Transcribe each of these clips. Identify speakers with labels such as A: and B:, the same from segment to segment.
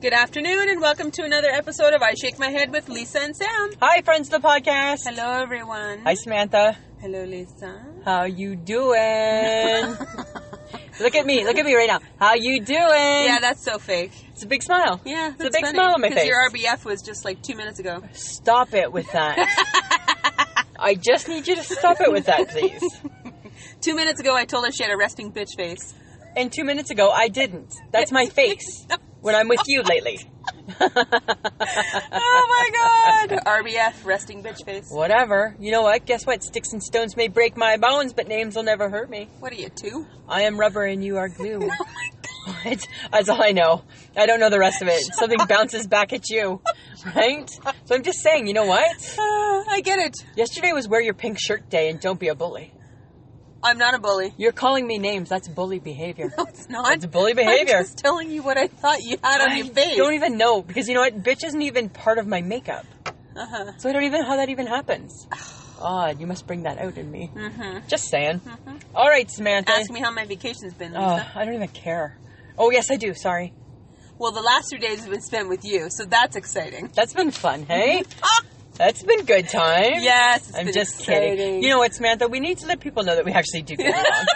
A: Good afternoon, and welcome to another episode of I Shake My Head with Lisa and Sam.
B: Hi, friends of the podcast.
A: Hello, everyone.
B: Hi, Samantha.
A: Hello, Lisa.
B: How you doing? look at me. Look at me right now. How you doing?
A: Yeah, that's so fake.
B: it's a big smile.
A: Yeah,
B: It's a big smile on my
A: Because
B: face.
A: your RBF was just like two minutes ago.
B: Stop it with that. I just need you to stop it with that, please.
A: Two minutes ago, I told her she had a resting bitch face.
B: And two minutes ago, I didn't. That's my face when I'm with you lately.
A: Oh my god! RBF, resting bitch face. What,
B: Whatever. You know what? Guess what? Sticks and stones may break my bones, but names will never hurt me.
A: are you, two?
B: I am rubber and you are glue. What? That's all I know. I don't know the rest of it. Something bounces back at you, right? So I'm just saying, you know what?
A: Ah, I get it.
B: Yesterday was wear your pink shirt day and don't be a bully.
A: I'm not a bully.
B: You're calling me names. That's bully behavior.
A: No, it's not.
B: It's bully behavior.
A: I'm just telling you what I thought you had on
B: I
A: your face.
B: don't even know because you know what? Bitch isn't even part of my makeup. e-
A: Uh-huh.
B: So I don't even know how that even happens. Ah, you must bring that out in me. Mm-hmm. Just saying. All right, Samantha.
A: Ask me how my vacation's been, Lisa.
B: Oh, I don't even care. Oh, yes, I do. Sorry.
A: Well, the last three days have been spent with you, so that's exciting.
B: That's been fun, hey? That's been good time.
A: Ah! Yes, it's
B: I'm
A: been
B: just
A: exciting.
B: kidding. You know what, Samantha? We need to let people know that we actually do get along.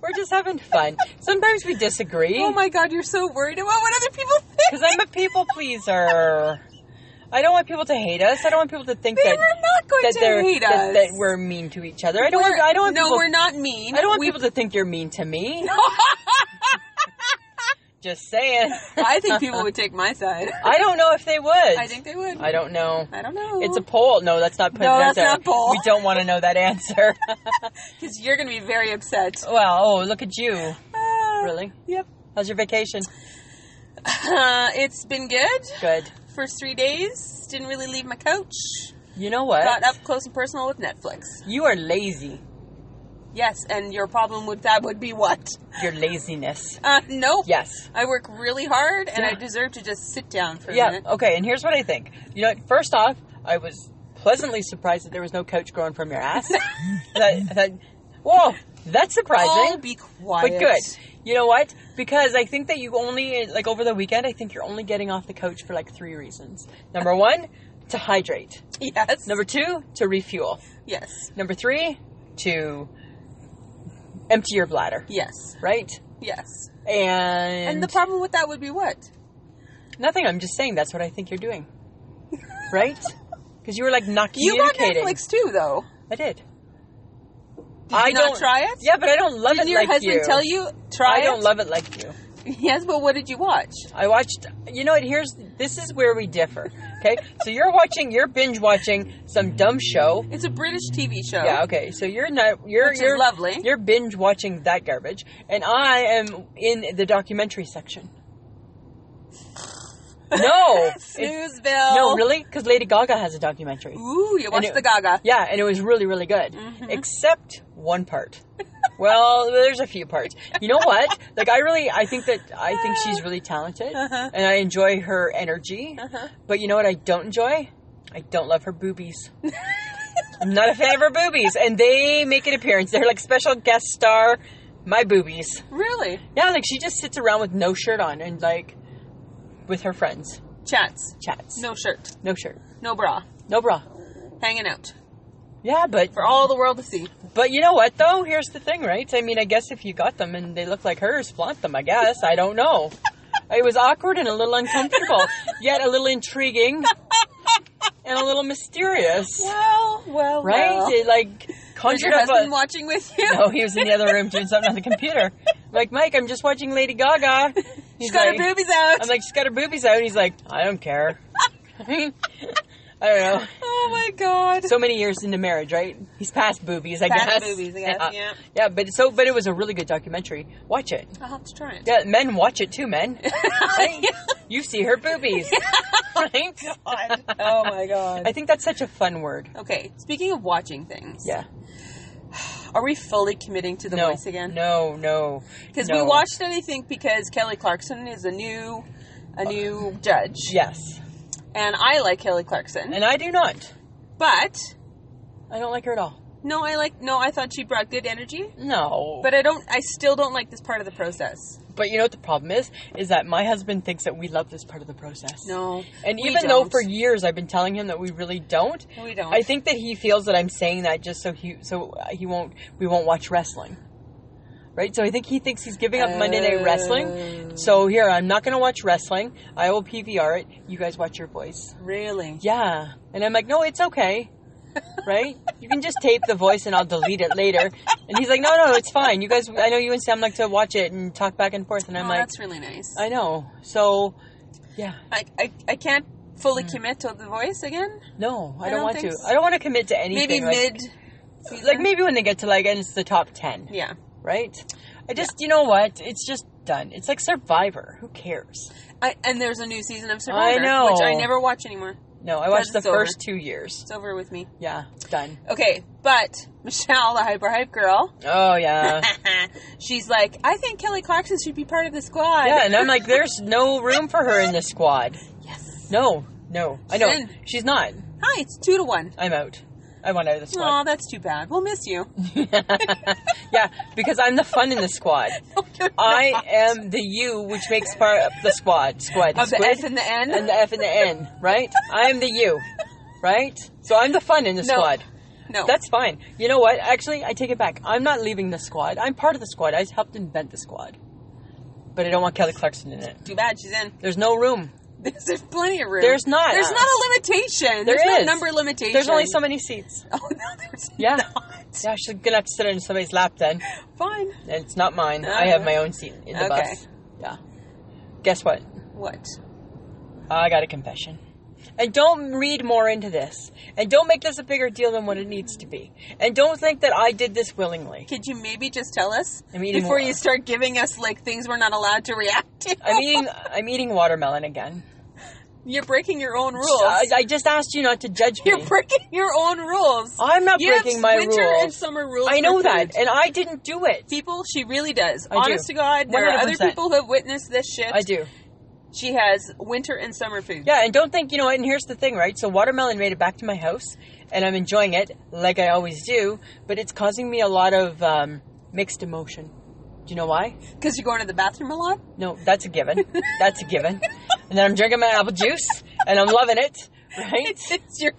B: We're just having fun. Sometimes we disagree
A: oh my god, you're so worried about what other people
B: because
A: think.
B: I'm a people pleaser. I don't want people to hate us. I don't want people to think
A: They
B: that
A: were not going
B: that
A: to
B: they're
A: hate
B: that,
A: us.
B: that we're mean to each other. I don't want. I don't want
A: no,
B: people.
A: we're not mean.
B: I don't want
A: We-
B: people to think you're mean to me. Just saying.
A: I think people would take my side.
B: I don't know if they would.
A: I think they would.
B: I don't know.
A: I don't know.
B: It's a poll. No, that's not putting
A: No,
B: it out
A: that's
B: there.
A: not poll.
B: We don't want to know that answer.
A: because you're going to be very upset.
B: well, oh, look at you.
A: Ah,
B: Really?
A: Yep.
B: How's your vacation?
A: Uh, it's been good.
B: Good.
A: First three days, didn't really leave my couch.
B: You know what?
A: Got up close and personal with Netflix.
B: You are lazy.
A: Yes, and your problem with that would be what?
B: Your laziness.
A: Uh, nope.
B: Yes.
A: I work really hard, and I
B: Yeah.
A: deserve to just sit down for a
B: Yeah. Oh,
A: minute.
B: Okay. And here's what I think. You know, what? first off, I was pleasantly surprised that there was no couch growing from your ass. that, that, whoa, that's
A: All
B: surprising.
A: be quiet.
B: but good. You know what? Because I think that you only like over the weekend. I think you're only getting off the couch for like three reasons. Number one, to hydrate.
A: Yes.
B: Number two, to refuel.
A: yes.
B: Number three, to empty your bladder.
A: Yes.
B: Right.
A: Yes.
B: And,
A: And the problem with that would be what?
B: Nothing. I'm just saying that's what I think you're doing, right? Because you were like not
A: You got
B: communicating.
A: Netflix too, though.
B: I did.
A: Did you not try it?
B: Yeah, but I don't love
A: Did
B: it
A: your
B: like
A: husband
B: you.
A: tell you try
B: I don't
A: it?
B: love it like you.
A: Yes, but what did you watch?
B: I watched. You know what? Here's this is where we differ. Okay, so you're watching. You're binge watching some dumb show.
A: It's a British TV show.
B: Yeah. Okay. So you're not. You're
A: Which is
B: you're
A: lovely.
B: You're binge watching that garbage, and I am in the documentary section. No. oh, it's-
A: Snoozeville.
B: no, really? Because Lady Gaga has a documentary.
A: Ooh, you watched
B: it-
A: the Gaga.
B: Yeah, and it was really, really good.
A: Mm-hmm.
B: Except one part. well, there's a few parts. You know what? Like I really I think that I think she's really talented
A: Uh-huh.
B: and I enjoy her energy.
A: Uh-huh.
B: But you know what I don't enjoy? I don't love her boobies. I'm not a fan of her boobies. And they make an appearance. They're like special guest star my boobies.
A: Really?
B: Yeah, like she just sits around with no shirt on and like with her friends.
A: Chats.
B: Chats.
A: No shirt.
B: No shirt.
A: No bra.
B: No bra.
A: Hanging out.
B: Yeah, but
A: For all the world to see.
B: But you know what though? Here's the thing, right? I mean, I guess if you got them and they look like hers, flaunt them. I guess I don't know. It was awkward and a little uncomfortable, yet a little intriguing and a little mysterious,
A: Well, well,
B: right?
A: well.
B: It like
A: Was
B: conjured
A: your
B: up
A: husband
B: a.
A: watching with you?
B: No, he was in the other room doing something on the computer. I'm like Mike, I'm just watching Lady Gaga.
A: She's
B: He's
A: got
B: like-
A: her boobies out.
B: I'm like, she's got her boobies out. He's like, I don't care. I don't know.
A: oh my god.
B: So many years into marriage, right? He's past boobies, I
A: Past
B: guess. Uh,
A: boobies, I guess, yeah.
B: Yeah, but so but it was a really good documentary. Watch it.
A: I'll have to try it.
B: Yeah, men watch it too, men. Right? You see her boobies. Right?
A: oh my god.
B: I think that's such a fun word.
A: Okay, speaking of watching things,
B: Yeah.
A: are we fully committing to the
B: no.
A: voice again?
B: No, no.
A: Because
B: no.
A: we watched it, I think, because Kelly Clarkson is a new, a new judge.
B: Yes.
A: And I like Kelly Clarkson,
B: And I do not.
A: but
B: I don't like her at all.
A: no, I like no. I thought she brought good energy,
B: No.
A: but I don't. I still don't like this part of the process.
B: But you know what the problem is? Is that my husband thinks that we love this part of the process.
A: No.
B: And
A: we
B: even though
A: don't.
B: for years I've been telling him that we really don't,
A: We don't.
B: I think that he feels that I'm saying that just so he so he won't we won't watch wrestling. Right? So I think he thinks he's giving up Monday Night Wrestling. So here, I'm not going to watch wrestling. I will PVR it. You guys watch your voice.
A: Really?
B: Yeah. And I'm like, "No, it's okay." Right? You can just tape the voice and I'll delete it later. And he's like, "No, no, it's fine. You guys I know you and Sam like to watch it and talk back and forth." And I'm
A: Oh,
B: like,
A: that's really nice.
B: "I know." So yeah.
A: I, I, I can't fully commit to the voice again.
B: No, I,
A: I
B: don't,
A: don't
B: want to.
A: think so.
B: I don't want to commit to
A: Maybe
B: anything. like,
A: mid.
B: like maybe when they get to like and it's the top 10
A: Yeah.
B: right i just you know what it's just done it's like survivor who cares
A: I, and there's a new season of Survivor,
B: know.
A: which I never watch anymore.
B: no i watched the
A: That's over.
B: first two years
A: It's over with me.
B: yeah done
A: Okay, but Michelle, the hyper hype girl,
B: oh yeah
A: she's like, I think Kelly Clarkson should be part of the squad.
B: yeah and i'm like there's no room for her in this squad
A: Yes.
B: no no i know
A: Sin.
B: she's not
A: Hi, it's two to one.
B: i'm out i want out of the
A: Oh,
B: squad
A: that's too bad. We'll miss you.
B: yeah because i'm the fun in the squad i am the you which makes part of the squad squad
A: Of the
B: squid.
A: F and the N.
B: and the F and the N, right? I'm the U, right? So I'm the fun in the
A: No.
B: squad.
A: no,
B: That's fine. You know what? Actually, I take it back. I'm not leaving the squad. I'm part of the squad. I helped invent the squad. But I don't want Kelly Clarkson in it.
A: too bad. She's in.
B: There's no room.
A: There's, there's plenty of room.
B: There's not.
A: There's not a limitation.
B: There
A: there's not
B: is.
A: number limitation.
B: There's only so many seats.
A: Oh no, there's
B: Yeah.
A: not.
B: Yeah, she's gonna have to sit in somebody's lap then.
A: Fine.
B: And it's not mine. I have my own seat in the
A: Okay.
B: bus. Yeah. Guess what?
A: What?
B: I got a confession. And don't read more into this. And don't make this a bigger deal than what it needs to be. And don't think that I did this willingly.
A: Could you maybe just tell us
B: I'm eating
A: before
B: wa-
A: you start giving us like things we're not allowed to react to?
B: I'm eating. I'm eating watermelon again.
A: You're breaking your own rules.
B: I, I just asked you not to judge me.
A: You're breaking your own rules.
B: I'm not
A: you
B: breaking
A: have
B: my
A: winter and
B: rules.
A: summer rules.
B: I know
A: for
B: that,
A: food.
B: and I didn't do it.
A: People, she really does.
B: I do.
A: Honest to God, there are other
B: 100%.
A: people who have witnessed this shit.
B: I do.
A: She has winter and summer food.
B: Yeah, and don't think you know. what, And here's the thing, right? So watermelon made it back to my house, and I'm enjoying it like I always do. But it's causing me a lot of um, mixed emotion. Do you know why?
A: Because you go into the bathroom a lot?
B: No, that's a given. That's a given. And then I'm drinking my apple juice, and I'm loving it, right?
A: Is your,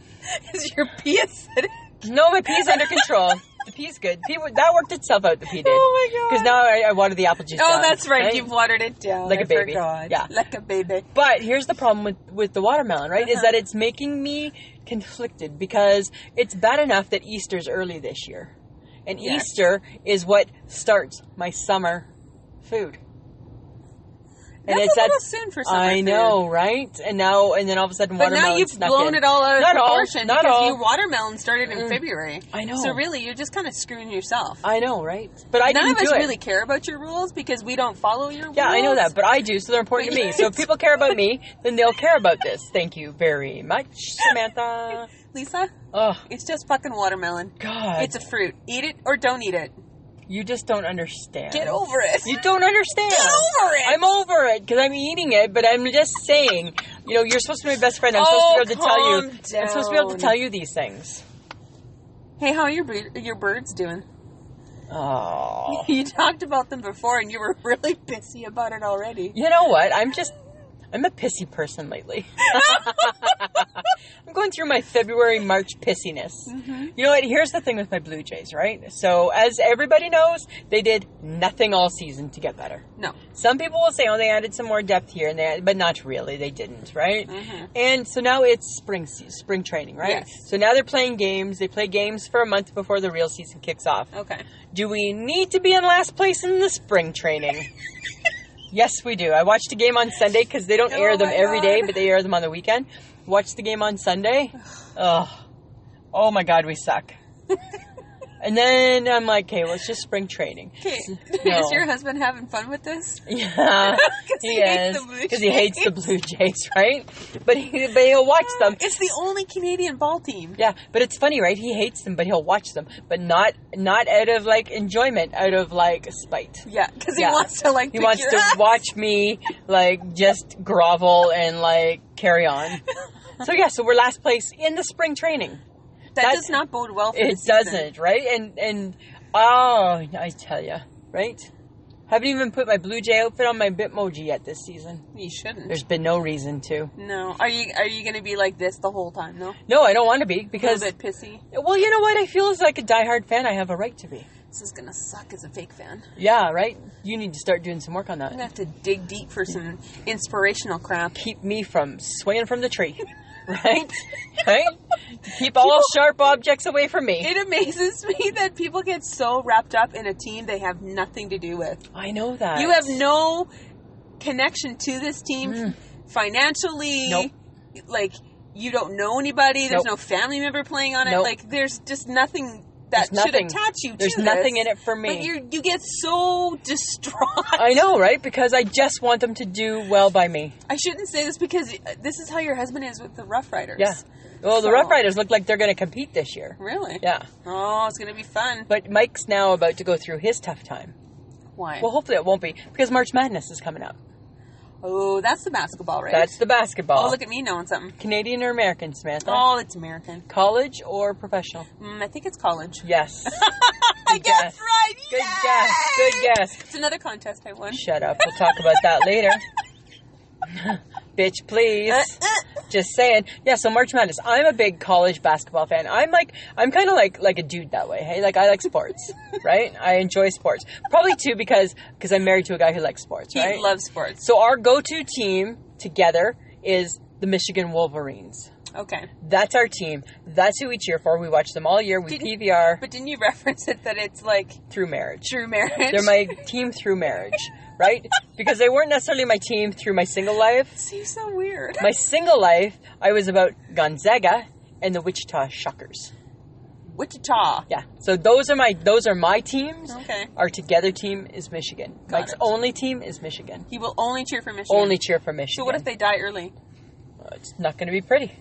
A: is your pee acidic?
B: No, my pee's under control. The pee's good. Pee, that worked itself out. The pee did.
A: Oh my God.
B: Because now I, I watered the apple juice.
A: Oh,
B: down,
A: that's right. You've watered it down.
B: Like
A: a
B: a baby. Yeah.
A: Like a baby.
B: But here's the problem with, with the watermelon, right? Is
A: Uh-huh.
B: that it's making me conflicted because it's bad enough that Easter's early this year. And
A: Yeah.
B: Easter is what starts my summer food.
A: That's a little soon for summer
B: I
A: food.
B: know, right? And now and then all of a sudden
A: But
B: watermelon
A: now you've
B: snuck
A: blown
B: in.
A: it all out of
B: Not all,
A: proportion
B: not
A: because
B: all. Mm.
A: your watermelon started in February.
B: I know.
A: So really, you're just kind of screwing yourself.
B: I know, right? But I
A: None
B: didn't
A: of us
B: do it.
A: really care about your rules because we don't follow your
B: Yeah,
A: rules.
B: I know that, but I do, so they're important to me. So if people care about me, then they'll care about this. Thank you very much, Samantha.
A: Lisa,
B: Oh,
A: it's just fucking watermelon.
B: God.
A: It's a fruit. Eat it or don't eat it.
B: you just don't understand.
A: Get over it.
B: You don't understand.
A: Get over it.
B: I'm over it because I'm eating it, but I'm just saying, you know, you're supposed to be my best friend. I'm
A: Oh,
B: supposed to be able to tell you.
A: calm
B: I'm supposed to be able to
A: down.
B: tell you these things.
A: hey, how are your bir- your birds doing?
B: Oh.
A: You talked about them before, and you were really pissy about it already.
B: You know what? I'm just, I'm a pissy person lately. I'm going through my February, March pissiness.
A: Mm-hmm.
B: You know what? Here's the thing with my Blue Jays, right? So, as everybody knows, they did nothing all season to get better.
A: No,
B: Some people will say, "Oh, they added some more depth here," and they, add- but not really. They didn't, right?
A: Mhm.
B: And so now it's spring season, spring training, right?
A: Yes.
B: So now they're playing games. They play games for a month before the real season kicks off.
A: okay.
B: Do we need to be in last place in the spring training? yes, we do. I watched a game on Sunday because they don't
A: Oh
B: air them
A: my
B: every day,
A: God.
B: but they air them on the weekend. Watched the game on Sunday. Ugh. Oh my God, we suck. and then I'm like, okay, well, it's just spring training.
A: Okay,
B: No.
A: is your husband having fun with this?
B: Yeah,
A: 'Cause
B: he,
A: he hates
B: is
A: the Blue
B: because he hates the Blue Jays, right? But he but he'll watch them.
A: It's the only Canadian ball team.
B: Yeah, but it's funny, right? He hates them, but he'll watch them, but not not out of like enjoyment, out of like spite.
A: Yeah, because
B: Yeah.
A: he wants to like.
B: He
A: pick
B: wants
A: your
B: to
A: ass.
B: watch me like just grovel and like carry on. So yeah, so we're last place in the spring training.
A: That,
B: that-
A: does not bode well. for the
B: It
A: season.
B: doesn't, right? And and oh, I tell you, right? Haven't even put my Blue Jay outfit on my Bitmoji yet this season.
A: You shouldn't.
B: There's been no reason to.
A: no. Are you are you gonna be like this the whole time though?
B: No, I don't want to be
A: A little
B: because.
A: bit pissy.
B: Well, you know what? I feel as like a diehard fan, I have a right to be.
A: This is gonna suck as a fake fan.
B: Yeah, right? You need to start doing some work on
A: I'm
B: that.
A: gonna have to dig deep for some inspirational crap.
B: Keep me from swinging from the tree. Right? right? Keep all sharp objects away from me.
A: It amazes me that people get so wrapped up in a team they have nothing to do with.
B: I know that.
A: You have no connection to this team financially.
B: Mm. Nope.
A: Like you don't know anybody. There's no
B: Nope.
A: family member playing on it.
B: Nope.
A: Like there's just nothing that
B: There's
A: should
B: nothing.
A: attach you.
B: There's
A: to
B: nothing
A: this.
B: in it for
A: But
B: me. Uh,
A: you you get so distraught.
B: I know, right? Because I just want them to do well by me.
A: I shouldn't say this because uh, this is how your husband is with the Rough Riders.
B: Yeah. Well, the
A: So-
B: Rough Riders look like they're going to compete this year.
A: Really?
B: Yeah.
A: Oh, it's gonna be fun.
B: But Mike's now about to go through his tough time.
A: Why?
B: Well, hopefully it won't be because March Madness is coming up.
A: oh, that's the basketball, right?
B: That's the basketball.
A: Oh, look at me knowing something.
B: Canadian or American, Samantha?
A: Oh, it's American.
B: College or professional?
A: Mm, I think it's college.
B: Yes.
A: I
B: Good guess.
A: guess right.
B: Good
A: Yay!
B: guess. Good guess.
A: It's another contest I won.
B: Shut up. We'll talk about that later. Bitch, please. Just saying. Yeah, so March Madness. I'm a big college basketball fan. I'm like I'm kinda like like a dude that way. Hey, like I like sports. right? I enjoy sports. Probably too because because I'm married to a guy who likes sports,
A: He
B: right?
A: loves sports.
B: so our go to team together is the Michigan Wolverines.
A: Okay,
B: That's our team. That's who we cheer for. We watch them all year. We
A: Didn't-
B: PVR
A: but didn't you reference it that it's like
B: through marriage.
A: true marriage?
B: They're my team through marriage, right? Because they weren't necessarily my team through my single life.
A: Seems so weird.
B: My single life, I was about Gonzaga and the Wichita Shockers.
A: Wichita.
B: Yeah. So those are my those are my teams.
A: Okay.
B: Our together team is Michigan.
A: Oh. Got
B: Mike's
A: it.
B: only team is Michigan.
A: He will only cheer for Michigan.
B: Only cheer for Michigan.
A: So what if they die early?
B: Uh, It's not going to be pretty.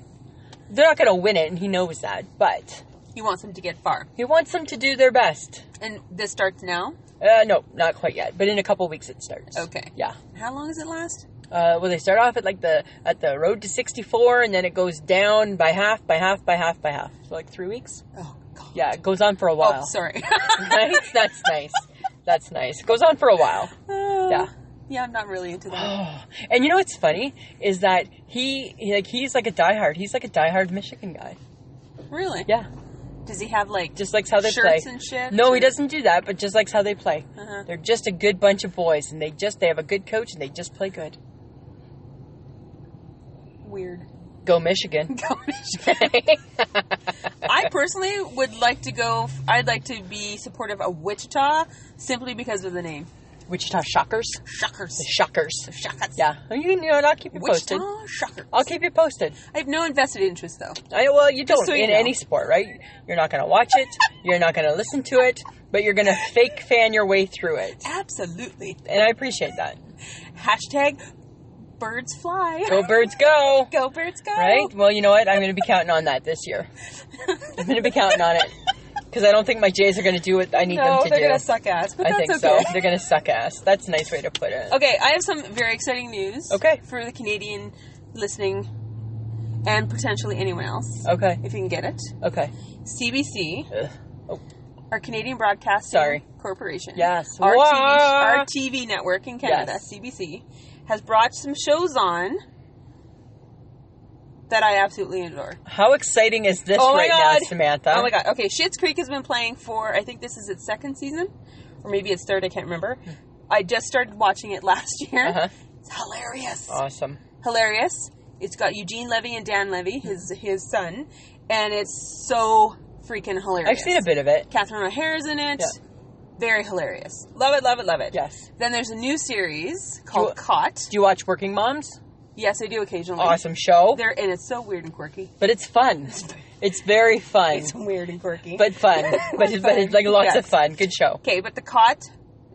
B: They're not going to win it, and he knows that. But
A: He wants them to get far,
B: he wants them to do their best.
A: and this starts now.
B: Uh, no, not quite yet. But in a couple weeks, it starts.
A: Okay.
B: Yeah.
A: How long does it last?
B: Uh, well, they start off at like the at the road to 64, and then it goes down by half, by half, by half, by half. So like three weeks.
A: Oh God.
B: Yeah, it goes on for a
A: Oh,
B: while.
A: sorry.
B: right? That's nice. That's nice. It goes on for a while. Yeah.
A: Yeah, I'm not really into that.
B: Oh, and you know what's funny is that he, he like he's like a diehard. He's like a diehard Michigan guy.
A: really?
B: Yeah,
A: Does he have like
B: just likes how they
A: shirts
B: play.
A: and shit?
B: No, he
A: or-
B: doesn't do that, but just likes how they play.
A: Uh-huh.
B: They're just a good bunch of boys, and they just they have a good coach, and they just play good.
A: Weird.
B: Go Michigan.
A: Go Michigan. I personally would like to go. I'd like to be supportive of Wichita simply because of the name.
B: Wichita Shockers.
A: Shockers.
B: The Shockers.
A: Shockers.
B: Yeah, Well, Oh, you, you know, what, I'll keep you
A: Wichita
B: posted.
A: Shockers.
B: I'll keep you posted.
A: I have no invested interest though.
B: I, well, you don't
A: so you
B: in
A: know.
B: any sport, right? You're not going to watch it. you're not going to listen to it, but you're going to fake fan your way through it,
A: Absolutely.
B: and I appreciate that.
A: Hashtag birds fly.
B: Go birds, go!
A: Go birds go.
B: Right? Well, you know what? I'm going to be counting on that this year. I'm going to be counting on it because I don't think my Jays are going to do what I need
A: No,
B: them to
A: they're
B: do.
A: gonna suck ass, but
B: I
A: that's
B: think
A: okay.
B: so. They're going to suck ass. That's a nice way to put it.
A: Okay, I have some very exciting news.
B: Okay.
A: For the Canadian listening and potentially anyone else,
B: Okay.
A: if you can get it.
B: Okay.
A: CBC,
B: Ugh.
A: our Canadian Broadcasting
B: Uh, oh. Sorry.
A: Corporation.
B: Yes.
A: Our TV,
B: Wah!
A: our TV network in Canada,
B: Yes.
A: CBC, has brought some shows on that I absolutely adore.
B: How exciting is this
A: Oh my
B: right now,
A: God.
B: Samantha?
A: Oh my god. Okay, Shits Creek has been playing for I think this is its second season or maybe its third, I can't remember. I just started watching it last year.
B: Uh-huh.
A: It's hilarious.
B: Awesome.
A: Hilarious. It's got Eugene Levy and Dan Levy, his his son, and it's so freaking hilarious.
B: I've seen a bit of it.
A: Catherine O'Hara's in it.
B: Yeah.
A: Very hilarious. Love it, love it, love it.
B: Yes.
A: Then there's a new series called
B: you-
A: Caught.
B: Do you watch Working Moms?
A: Yes, I do occasionally.
B: Awesome show.
A: There and it's so weird and quirky.
B: But it's fun. It's very fun.
A: It's weird and quirky.
B: but fun. But, it's but it's like lots of
A: Yes.
B: fun. Good show.
A: okay, but the Caught,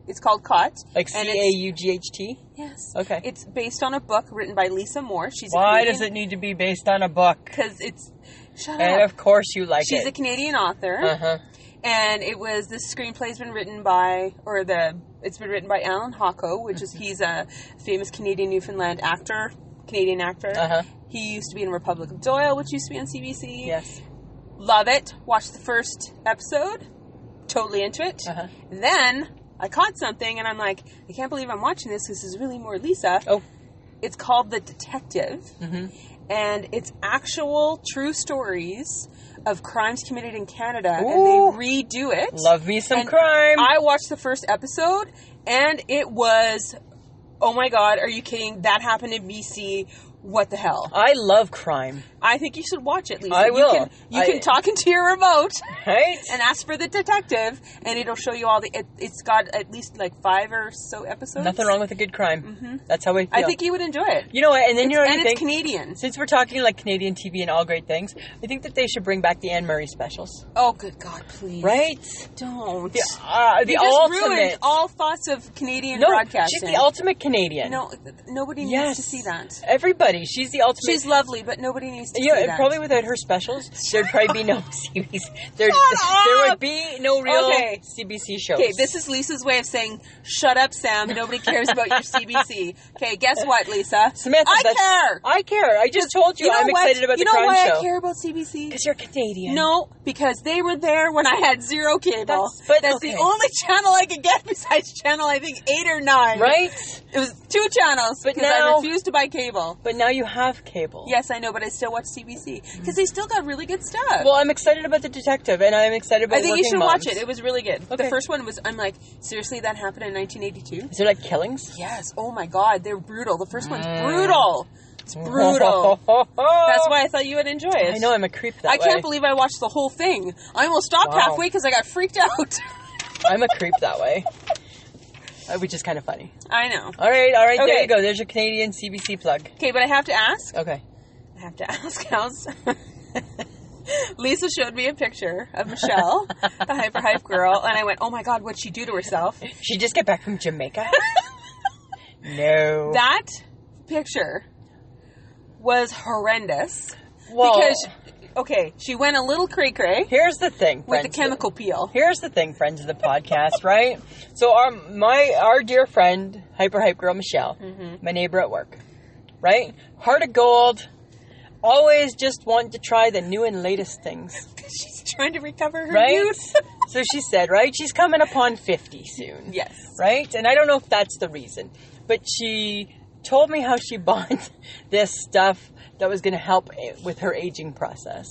A: it's called Caught.
B: Like C
A: and
B: A
A: it's-
B: U G H T.
A: Yes.
B: Okay.
A: It's based on a book written by Lisa Moore. She's
B: Why does it need to be based on a book?
A: Because it's shut
B: And
A: up.
B: of course you like
A: She's a
B: it.
A: Canadian author.
B: uh-huh.
A: and it was the screenplay's been written by or the it's been written by Alan Hocko, which is he's a famous Canadian Newfoundland actor, Canadian actor.
B: Uh-huh.
A: He used to be in Republic of Doyle, which used to be on CBC.
B: Yes.
A: Love it. Watched the first episode. Totally into it.
B: Uh-huh.
A: Then I caught something, and I'm like, I can't believe I'm watching this. This is really more Lisa.
B: Oh, Mm-hmm.
A: It's called The Detective, and it's actual true stories of crimes committed in Canada,
B: Ooh.
A: and they redo it.
B: love me some
A: And
B: crime.
A: I watched the first episode, and it was, oh my god, are you kidding? That happened in BC. What the hell?
B: I love crime,
A: I think you should watch it, Lisa.
B: I will.
A: You can, you
B: I-
A: can talk into your remote
B: right?
A: and ask for the detective, and it'll show you all the. It, it's got at least like five or so episodes.
B: Nothing wrong with a good crime. Mm-hmm. That's how we feel.
A: I think you would enjoy it.
B: you know what? And then you know what
A: and
B: I
A: it's
B: think?
A: Canadian.
B: Since we're talking like Canadian TV and all great things, I think that they should bring back the Anne Murray specials,
A: Oh, good God, please.
B: right?
A: Don't.
B: The, uh, the
A: you just
B: ultimate.
A: ruined all thoughts of Canadian
B: no, she's
A: broadcasting.
B: the ultimate Canadian.
A: no, nobody needs
B: yes,
A: to see that.
B: Everybody, she's the ultimate.
A: She's lovely, but nobody needs to
B: you know,
A: see
B: and
A: that.
B: probably without her specials, there'd probably be no CBC. There,
A: Shut
B: there would
A: up!
B: be no real
A: Okay.
B: CBC shows.
A: Okay, this is Lisa's way of saying, "Shut up, Sam. Nobody cares about your CBC." Okay, guess what, Lisa?
B: Samantha,
A: I
B: that's-
A: care.
B: I care. I just told you,
A: know
B: I'm
A: what?
B: excited about
A: you know
B: the crime
A: why
B: show
A: I care about CBC?
B: because you're Canadian.
A: No, because they were there when I had zero cable.
B: That's- but-
A: That's
B: okay.
A: the only channel I could get besides channel I think eight or nine.
B: right?
A: It was two channels
B: But
A: because
B: now-
A: I refused to buy cable.
B: But now you have cable.
A: Yes, I know, but I still watch CBC because they still got really good stuff.
B: Well, I'm excited about the detective, and I'm excited about.
A: I think you
B: Working
A: should
B: Moms.
A: watch it. It was really good.
B: Okay.
A: The first one was. I'm like, seriously, that happened in 1982.
B: Is there like killings?
A: Yes. Oh my God, they're brutal. The first one's brutal. It's brutal. That's why I thought you would enjoy it.
B: I know I'm a creep. That
A: I can't
B: way.
A: believe I watched the whole thing. I almost stopped
B: Wow.
A: halfway because I got freaked out.
B: I'm a creep that way. Uh, Which is kind of funny.
A: I know.
B: All right, all right. There
A: Okay.
B: you go. There's your Canadian CBC plug.
A: Okay, but I have to ask.
B: Okay.
A: I have to ask. How's Lisa showed me a picture of Michelle, the hyper hype girl, and I went, "Oh my God, what'd she do to herself?"
B: She just get back from Jamaica. no.
A: That picture was horrendous
B: Well,
A: because okay, she went a little cray cray
B: here's the thing,
A: with
B: friends.
A: the chemical peel.
B: Here's the thing, friends of the podcast, right? So our my our dear friend, hyper hype girl Michelle,
A: Mm-hmm.
B: my neighbor at work, right? Heart of gold, always just want to try the new and latest things,
A: She's trying to recover her
B: right?
A: youth.
B: so she said, right? She's coming upon fifty soon,
A: Yes.
B: right? And I don't know if that's the reason, but she told me how she bought this stuff that was going to help a- with her aging process.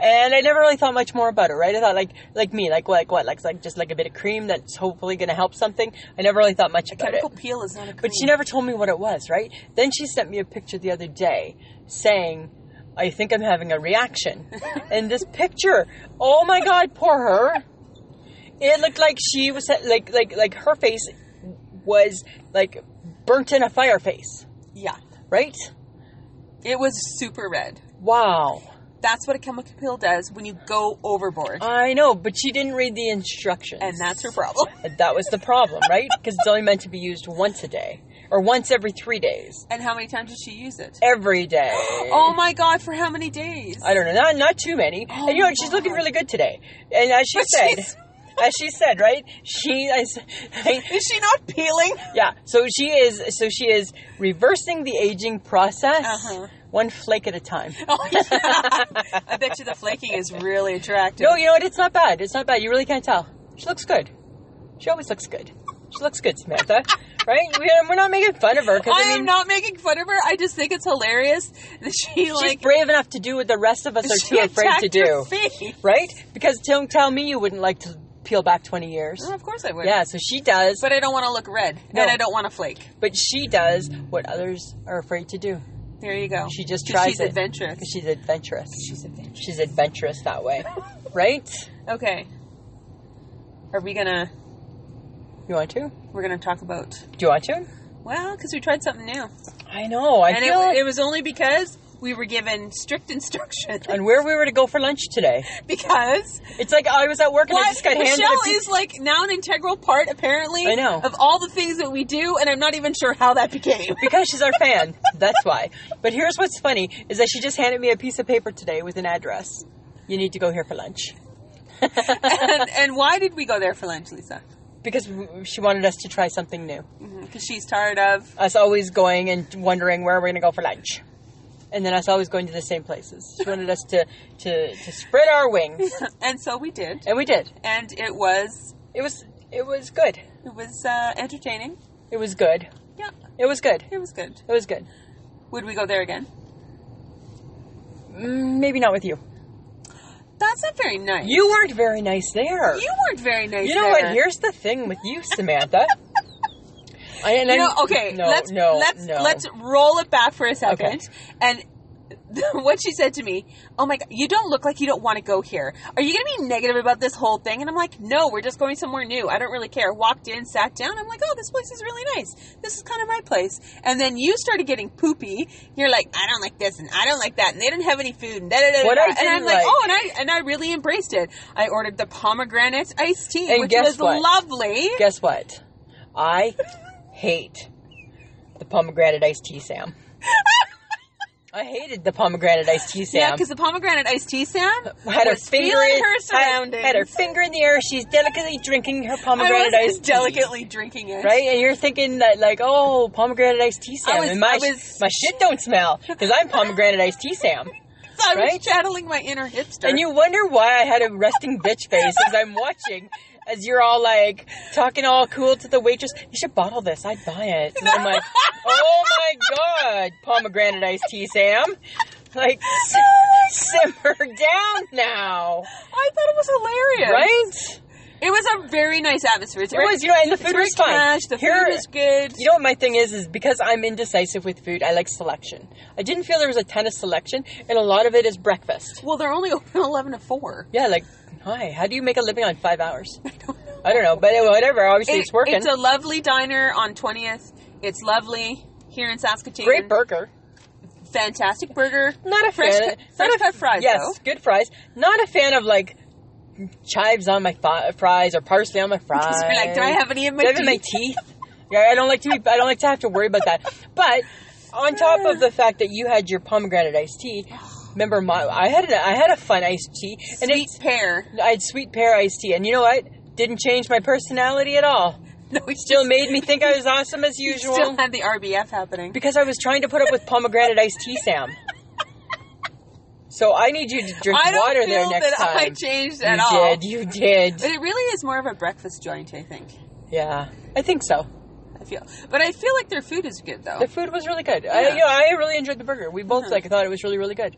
B: And I never really thought much more about it, right? I thought like like me, like like what, like like just like a bit of cream that's hopefully going to help something. I never really thought much about it.
A: Chemical peel is not a cream.
B: But she never told me what it was, right? Then she sent me a picture the other day saying, I think I'm having a reaction. and this picture, oh my god, poor her. It looked like she was like like like her face was like burnt in a fire face,
A: Yeah.
B: right?
A: It was super red.
B: Wow.
A: That's what a chemical peel does when you go overboard.
B: I know, but she didn't read the instructions.
A: and that's her problem.
B: that was the problem, right? Because it's only meant to be used once a day or once every 3 days.
A: And how many times did she use it?
B: Every day.
A: Oh my god, for how many days?
B: I don't know, not not too many. and you know,
A: Oh my
B: she's looking
A: God.
B: really good today. And as she
A: But
B: said,
A: she's-
B: as she said, right? She, I, s- I-
A: Is she not peeling?
B: yeah. So she is, so she is reversing the aging process,
A: Uh-huh.
B: one flake at a time.
A: Oh, yeah. I bet you the flaking is really attractive.
B: No, you know what? It's not bad. It's not bad. You really can't tell. She looks good. She always looks good. She looks good, Samantha. right? We, we're not making fun of her because
A: I
B: I, mean,
A: am not making fun of her. I just think it's hilarious that she
B: she's
A: like
B: brave enough to do what the rest of us are
A: she
B: too afraid
A: attacked
B: to
A: Her
B: do.
A: feet.
B: Right? Because don't tell me you wouldn't like to peel back twenty years.
A: Well, of course I would.
B: Yeah, so she does.
A: But I don't want to look red,
B: No.
A: and I don't want to flake.
B: But she does what others are afraid to do.
A: There you go.
B: She just
A: 'Cause
B: tries
A: She's
B: it.
A: adventurous.
B: 'Cause She's adventurous.
A: She's adventurous.
B: She's adventurous that way, right?
A: Okay. Are we gonna?
B: You want to?
A: We're gonna talk about
B: Do you want to?
A: well, because we tried something new,
B: I know. I
A: and
B: feel.
A: it,
B: It,
A: it was only because we were given strict instructions.
B: and where we were to go for lunch today?
A: because
B: It's like I was at work and I
A: what
B: just got handed.
A: Michelle
B: a piece-
A: is like now an integral part, apparently.
B: I know.
A: of all the things that we do, and I'm not even sure how that became.
B: because she's our fan. That's why. But here's what's funny is that she just handed me a piece of paper today with an address. You need to go here for lunch
A: and, and why did we go there for lunch, Lisa?
B: because w- she wanted us to try something new.
A: Because she's tired of.
B: us always going and wondering where we're going to go for lunch. And then us always going to the same places. She wanted us to, to, to spread our wings.
A: And so we did,
B: And we did.
A: and it was
B: It was It was good.
A: It was uh, entertaining.
B: It was good.
A: Yeah,
B: It was good.
A: it was good.
B: It was good.
A: Would we go there again?
B: Mm, Maybe not with you.
A: That's not very nice.
B: You weren't very nice there.
A: You weren't very nice.
B: You know what?
A: there.
B: Here's the thing with you, Samantha. I, and
A: You know,
B: I'm-
A: okay,
B: No,
A: let's
B: no,
A: let's
B: no.
A: let's roll it back for a second. And what she said to me, "Oh my god, you don't look like you don't want to go here. Are you going to be negative about this whole thing?" And I'm like, "No, we're just going somewhere new. I don't really care." Walked in, sat down. I'm like, "Oh, this place is really nice. This is kind of my place." And then you started getting poopy. You're like, "I don't like this and I don't like that." And they didn't have any food and da da da.
B: What
A: da.
B: I
A: and I'm
B: didn't
A: like,
B: like-
A: "Oh, and I and I really embraced it. I ordered the pomegranate iced tea,
B: And
A: which was
B: guess what?
A: lovely."
B: Guess what? I hate the pomegranate iced tea, Sam. I hated the pomegranate iced tea,
A: Yeah,
B: Sam. Uh,
A: because the pomegranate iced tea, Sam,
B: had her
A: was
B: finger
A: feeling
B: in
A: her
B: had,
A: surroundings.
B: had her finger in the air. She's delicately drinking her pomegranate
A: I was
B: iced tea.
A: delicately drinking it.
B: Right, and you're thinking that like, oh, pomegranate iced tea, Sam,
A: was-
B: and my
A: I was-
B: my shit don't smell because I'm pomegranate iced tea, Sam.
A: So I was
B: Right?
A: channeling my inner hipster.
B: And you wonder why I had a resting bitch face as I'm watching, as you're all like talking all cool to the waitress. You should bottle this. I'd buy it. And I'm like, oh my god, pomegranate iced tea, Sam. Like, s- simmer down now,
A: I thought it was hilarious.
B: right?
A: It was a very nice atmosphere. It's
B: It
A: very,
B: was, you know, and the food
A: it's very
B: was fine.
A: cash, The
B: Here-
A: food was good.
B: You know what my thing is is because I'm indecisive with food, I like selection. I didn't feel there was a ton of selection, and a lot of it is breakfast.
A: well, they're only open eleven to four.
B: Yeah, like hi, how do you make a living on five hours? I don't know. but whatever. Obviously,
A: It-
B: it's working.
A: a lovely diner on twentieth. It's lovely here in Saskatoon.
B: great burger.
A: fantastic burger.
B: Not a
A: Fresh
B: fan.
A: cut- fresh
B: not a-
A: cut fries,
B: Yes,
A: though.
B: good fries. Not a fan of like chives on my fi- fries or parsley on my fries.
A: Just be like, do I have any in my
B: Do I have it in my
A: teeth?
B: teeth? Yeah, I don't like to be. I don't like to have to worry about that. But on top of the fact that you had your pomegranate iced tea, remember my I had a, I had a fun iced tea and
A: Sweet
B: it's,
A: pear.
B: I had sweet pear iced tea, and you know what? Didn't change my personality at all.
A: No, we
B: Still made me think I was awesome as usual
A: still had the RBF happening.
B: because I was trying to put up with pomegranate iced tea, Sam. So I need you to drink
A: I don't
B: water
A: feel
B: there next
A: that
B: time.
A: I changed
B: you
A: at all.
B: did. You did.
A: But it really is more of a breakfast joint, I think.
B: Yeah, I think so.
A: I feel, but I feel like their food is good though.
B: The food was really good. I,
A: Yeah.
B: you know, I really enjoyed the burger. We both
A: Mhm.
B: like thought it was really, really good.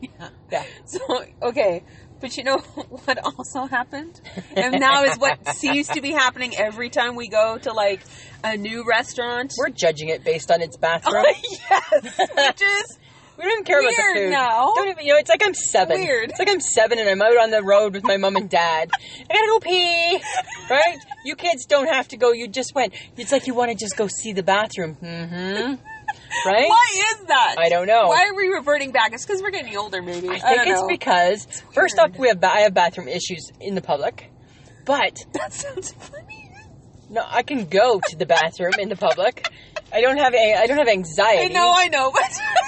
B: Yeah.
A: So okay, but you know what also happened, and now is what seems to be happening every time we go to like a new restaurant.
B: We're judging it based on its bathroom.
A: Oh, yes, which is
B: we don't even care about the
A: Weird
B: food.
A: now.
B: Don't even. You know, it's like I'm seven.
A: Weird.
B: It's like I'm seven and I'm out on the road with my mom and dad. I gotta go pee. Right? You kids don't have to go. You just went. It's like you want to just go see the bathroom. Mm-hmm. Right?
A: why is that?
B: I don't know.
A: Why are we reverting back? It's because we're getting older, maybe.
B: I
A: I,
B: think
A: don't
B: it's
A: know.
B: because first
A: weird.
B: off, we have ba- I have bathroom issues in the public, but
A: that sounds funny.
B: No, I can go to the bathroom in the public. I don't have a I don't have
A: I
B: anxiety.
A: know, I know, but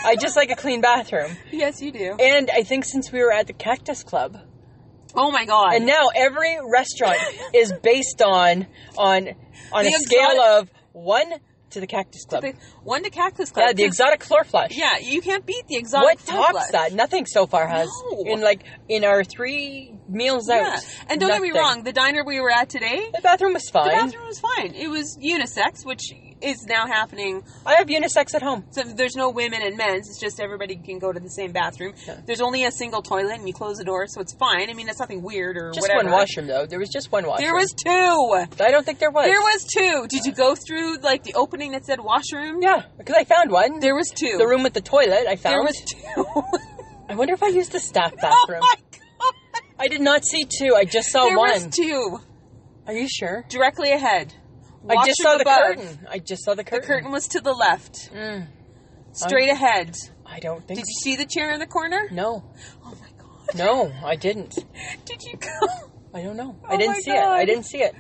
B: I just like a clean bathroom.
A: yes, you do.
B: And I think since we were at the Cactus Club,
A: Oh my god!
B: and now every restaurant is based on on on
A: The
B: a scale of one to the Cactus Club.
A: The- one to Cactus Club.
B: yeah, the exotic floor flush.
A: Yeah, you can't beat the exotic.
B: What
A: food
B: tops
A: bus.
B: that? Nothing so far has.
A: No.
B: In like in our three meals
A: Yeah,
B: out.
A: and don't get me
B: nothing.
A: wrong, the diner we were at today,
B: The bathroom was
A: the
B: fine.
A: bathroom was fine. It was unisex, which is now happening.
B: I have unisex at home.
A: So there's no women and men's. It's just everybody can go to the same bathroom.
B: Yeah.
A: There's only a single toilet, and you close the door, so it's fine. I mean, it's nothing weird or
B: Just
A: whatever.
B: one washroom though. There was just one washroom.
A: There was two.
B: I don't think there was.
A: There was two. Did you go through like the opening that said washroom?
B: Yeah, because I found one.
A: There was two.
B: the room with the toilet, I found.
A: There was two.
B: I wonder if I used the staff
A: oh
B: bathroom.
A: my god.
B: I did not see two. I just saw
A: there
B: one.
A: was two
B: Are you sure?
A: directly ahead.
B: I just
A: Washroom
B: saw the
A: above.
B: curtain. I just saw the curtain.
A: The curtain was to the left,
B: Mm,
A: straight ahead.
B: I don't think.
A: Did you see the chair in the corner?
B: No,
A: Oh my god.
B: no, I didn't.
A: Did you go?
B: I don't know.
A: Oh
B: I didn't
A: my
B: see it. I
A: God.
B: didn't see it.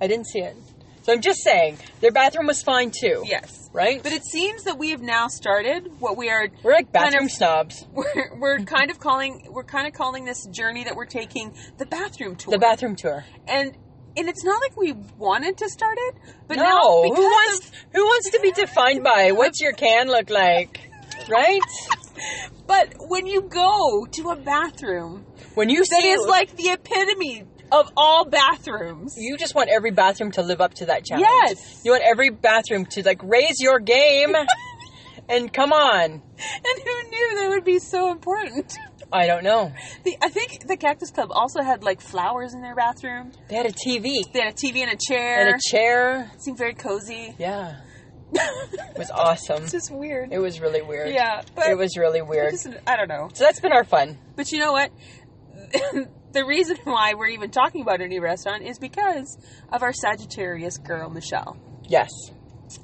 B: I didn't see it. So I'm just saying, their bathroom was fine too.
A: Yes.
B: Right.
A: But it seems that we have now started what we are
B: We're like
A: kind of-
B: bathroom snobs.
A: we're, we're kind of calling we're kind of calling this journey that we're taking the bathroom tour.
B: The bathroom tour.
A: and and it's not like we wanted to start it, but
B: no.
A: now
B: who
A: because
B: wants? Who wants to be defined by what's your can look like? Right.
A: of- but when you go to a bathroom
B: When you
A: that
B: see
A: is like the epitome of all bathrooms.
B: You just want every bathroom to live up to that challenge.
A: Yes.
B: You want every bathroom to like raise your game. and come on.
A: and who knew that would be so important?
B: I don't know.
A: The, I think the Cactus Club also had like flowers in their bathroom.
B: They had a TV
A: They had a TV and a chair.
B: and a chair.
A: it seemed very cozy.
B: Yeah. It was awesome.
A: It's just weird.
B: It was really weird.
A: yeah, but
B: It was really
A: I
B: weird.
A: just- I don't know.
B: So that's been our fun.
A: But you know what? the reason why we're even talking about a new restaurant is because of our Sagittarius girl, Michelle.
B: Yes.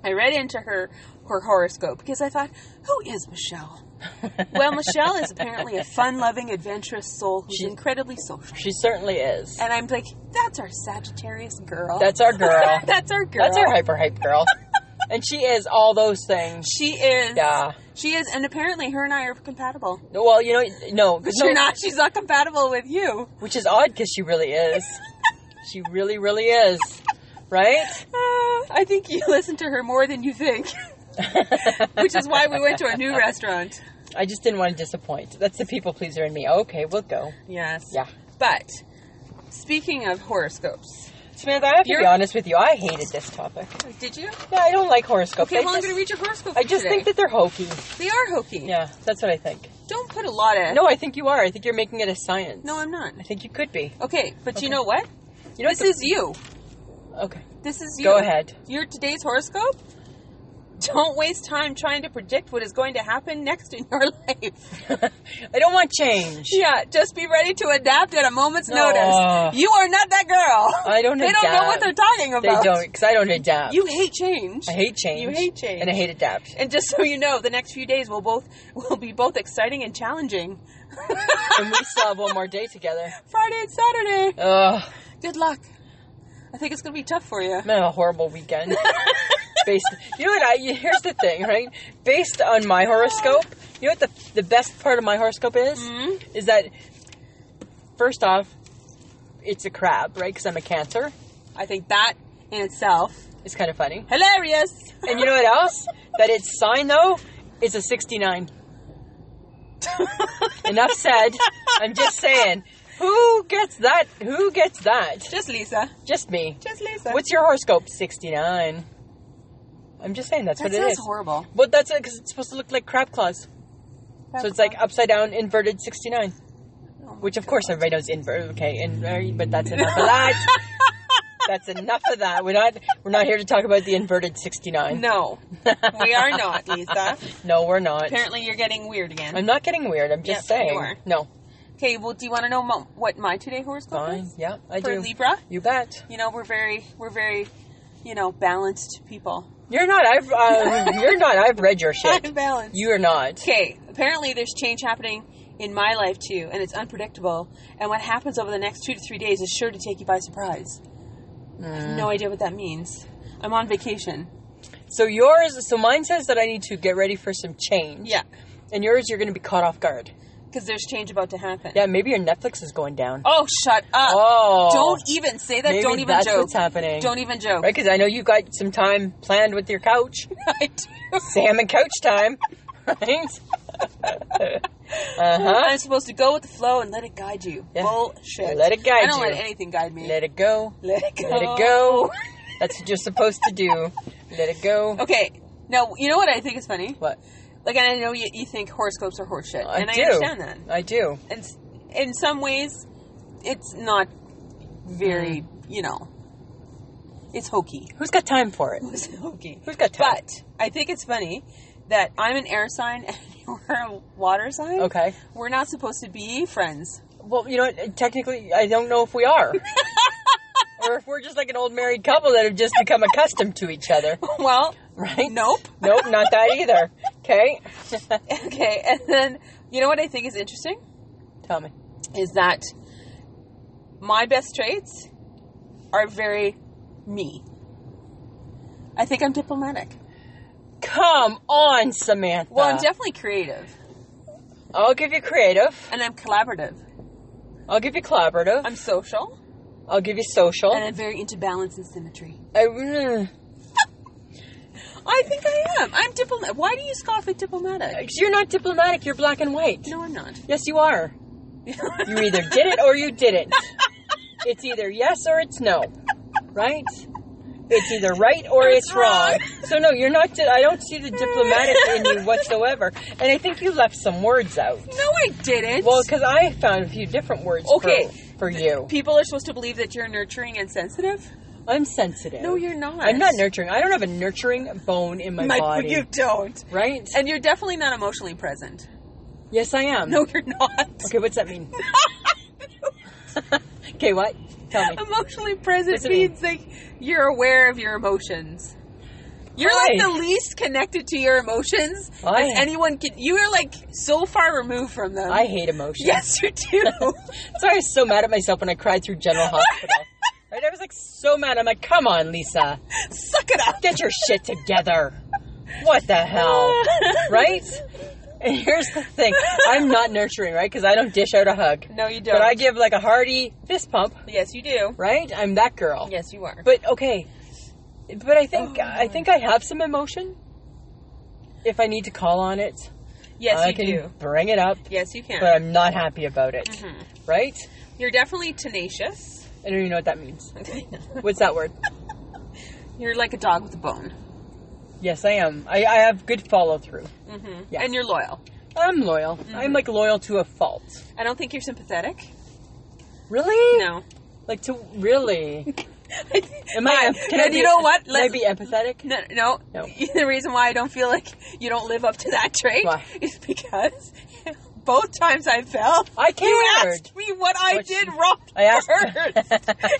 A: I read into her her horoscope because I thought, who is Michelle? well, Michelle is apparently a fun-loving, adventurous soul who's
B: She-
A: incredibly social.
B: She certainly is.
A: And I'm like, that's our Sagittarius girl.
B: That's our girl.
A: that's our girl.
B: That's our hyper hype girl. and she is all those things.
A: She is.
B: Yeah.
A: She is, and apparently her and I are compatible.
B: Well, you know, no,
A: But
B: no,
A: you're not. She's not compatible with you.
B: which is odd because she really is. she really, really is, right?
A: Uh, I think you listen to her more than you think, which is why we went to a new restaurant.
B: I just didn't want to disappoint. That's the people pleaser in me. Okay, we'll go.
A: Yes.
B: Yeah,
A: But speaking of horoscopes,
B: Samantha, I have to
A: You're-
B: be honest with you. I hated this topic.
A: did you?
B: Yeah, I don't like horoscopes.
A: Okay,
B: I
A: well, I'm
B: just,
A: going to read your horoscope.
B: I
A: for
B: just
A: today.
B: think that they're hokey.
A: they are hokey.
B: Yeah, that's what I think.
A: Don't put a lot of.
B: No, I think you are. I think you're making it a science.
A: no, I'm not.
B: I think you could be.
A: Okay, but you
B: Okay.
A: know what?
B: You know,
A: This
B: what
A: is you.
B: the- okay.
A: This is you.
B: Go ahead.
A: Your today's horoscope. Don't waste time trying to predict what is going to happen next in your life.
B: I don't want change.
A: Yeah, just be ready to adapt at a moment's
B: No.
A: notice. You are not that girl.
B: I don't
A: They don't know what
B: adapt.
A: they're talking
B: They
A: about.
B: don't, because I don't adapt.
A: You hate change.
B: I hate change.
A: You hate change.
B: And I hate adapt.
A: And just so you know, the next few days will both will be both exciting and challenging.
B: and we still have one more day together.
A: Friday and Saturday.
B: Ugh,
A: Good luck. I think it's gonna be tough for you.
B: I'm having a horrible weekend. Based, you know what? I you- here's the thing, right? Based on my horoscope, you know what the the best part of my horoscope is?
A: Mhm.
B: Is that first off, it's a crab, right? Because I'm a Cancer.
A: I think that in itself
B: It's kind of funny.
A: hilarious.
B: And you know what else? that its sign though is a 69. Enough said. I'm just saying. Who gets that? Who gets that?
A: Just Lisa.
B: Just me.
A: Just Lisa.
B: What's your horoscope? 69. I'm just saying that's
A: that
B: what it
A: sounds
B: is.
A: horrible.
B: But that's it because it's supposed to look like crab claws. so it's like upside down, inverted 69.
A: Oh
B: Which, of course, everybody knows inverted. Okay, in, but that's enough of that. that's enough of that. We're not we're not here to talk about the inverted 69.
A: no, we are not Lisa.
B: No, we're not.
A: Apparently, you're getting weird again.
B: I'm not getting weird. I'm just
A: Yep, you
B: saying.
A: are.
B: No.
A: okay, well, do you want to know mo- what my today horoscope
B: Fine.
A: is
B: Yeah, I
A: for
B: do.
A: Libra?
B: You bet.
A: You know, we're very, we're very, you know, balanced people.
B: You're not. I've. Uh, you're not. I've read your shit.
A: I'm balanced.
B: You are not.
A: Okay, apparently there's change happening in my life too, and it's unpredictable. And what happens over the next two to three days is sure to take you by surprise. I have
B: Mm.
A: no idea what that means. I'm on vacation.
B: So yours. So mine says that I need to get ready for some change.
A: Yeah,
B: And yours, you're going to be caught off guard.
A: because there's change about to happen.
B: Yeah, maybe your Netflix is going down.
A: Oh, shut up.
B: Oh.
A: Don't even say that.
B: Maybe
A: Don't even
B: that's
A: joke.
B: what's happening.
A: Don't even joke.
B: Right, because I know you got some time planned with your couch,
A: I do.
B: Sam and Couch time, right? uh huh.
A: I'm supposed to go with the flow and let it guide you.
B: Yeah.
A: Bullshit.
B: Let it guide
A: I don't
B: you.
A: let anything guide me.
B: Let it go.
A: Let it go.
B: Let it go. That's what you're supposed to do. Let it go.
A: Okay. Now, you know what I think is funny?
B: What?
A: Like, and I know you, you think horoscopes are horseshit,
B: I
A: and
B: do.
A: I understand that.
B: I do.
A: And s- in some ways, it's not very,
B: Hmm.
A: you know, it's hokey.
B: Who's got time for it?
A: It's hokey.
B: Who's got time?
A: But I think it's funny that I'm an air sign and you're a water sign.
B: Okay.
A: We're not supposed to be friends.
B: Well, you know, what? technically, I don't know if we are. or if we're just like an old married couple that have just become accustomed to each other,
A: Well,
B: right?
A: nope.
B: Nope, not that either. Okay?
A: Okay, and then you know what I think is interesting
B: Tell me.
A: is that my best traits are very me. I think I'm diplomatic.
B: Come on, Samantha.
A: Well, I'm definitely creative
B: I'll give you creative.
A: and I'm collaborative.
B: I'll give you collaborative.
A: I'm social
B: I'll give you social.
A: and I'm very into balance and symmetry.
B: I- mm,
A: I think I am. I'm diplomatic. Why do you scoff at diplomatic?
B: you're not diplomatic. You're black and white.
A: No, I'm not.
B: Yes, you are. You either did it or you didn't. It's either yes or it's no, right? It's either right or it's,
A: It's
B: wrong.
A: wrong.
B: So no, you're not. I don't see the diplomatic in you whatsoever. And I think you left some words out.
A: No, I didn't.
B: Well, because I found a few different words. for-
A: Okay.
B: For, you,
A: people are supposed to believe that you're nurturing and sensitive.
B: I'm sensitive.
A: No, you're not.
B: I'm not nurturing. I don't have a nurturing bone in my,
A: My-
B: body.
A: You don't.
B: Right?
A: And you're definitely not emotionally present.
B: yes, I am.
A: No, you're not.
B: Okay, what's that mean? okay, what? Tell me.
A: Emotionally present
B: What's it
A: means like you're aware of your emotions. You're like
B: Hi.
A: the least connected to your emotions
B: I-
A: as anyone can. You are like so far removed from them.
B: I hate emotions.
A: yes, you do.
B: That's why I was so mad at myself when I cried through General Hospital. right? I was like so mad. I'm like, come on, Lisa.
A: Suck it up.
B: Get your shit together. What the hell? Right? And here's the thing. I'm not nurturing, right? Because I don't dish out a hug.
A: No, you don't.
B: But I give like a hearty fist pump,
A: yes, you do.
B: right? I'm that girl.
A: Yes, you are.
B: But okay. But I think
A: Oh,
B: I think I have some emotion. If I need to call on it,
A: yes,
B: I
A: you
B: can
A: do. Mm-hmm.
B: bring it up,
A: Yes, you can.
B: but I'm not happy about it. Right?
A: You're definitely tenacious.
B: I don't even know what that means. What's that word?
A: You're like a dog with a bone.
B: Yes, I am. I, I have good follow through.
A: Mm-hmm.
B: Yes.
A: And you're loyal.
B: I'm loyal.
A: Mm-hmm.
B: I'm like loyal to a fault.
A: I don't think you're sympathetic.
B: Really?
A: No.
B: Like to really? Am I?
A: Fine.
B: Can I
A: And
B: be,
A: you know what?
B: Can I
A: Let's-
B: be empathetic?
A: No, no.
B: No.
A: The reason why I don't feel like you don't live up to that trait
B: Why?
A: is because both times I fell,
B: I
A: you
B: cared.
A: asked me what I
B: What
A: did
B: she-
A: wrong
B: I asked-
A: first.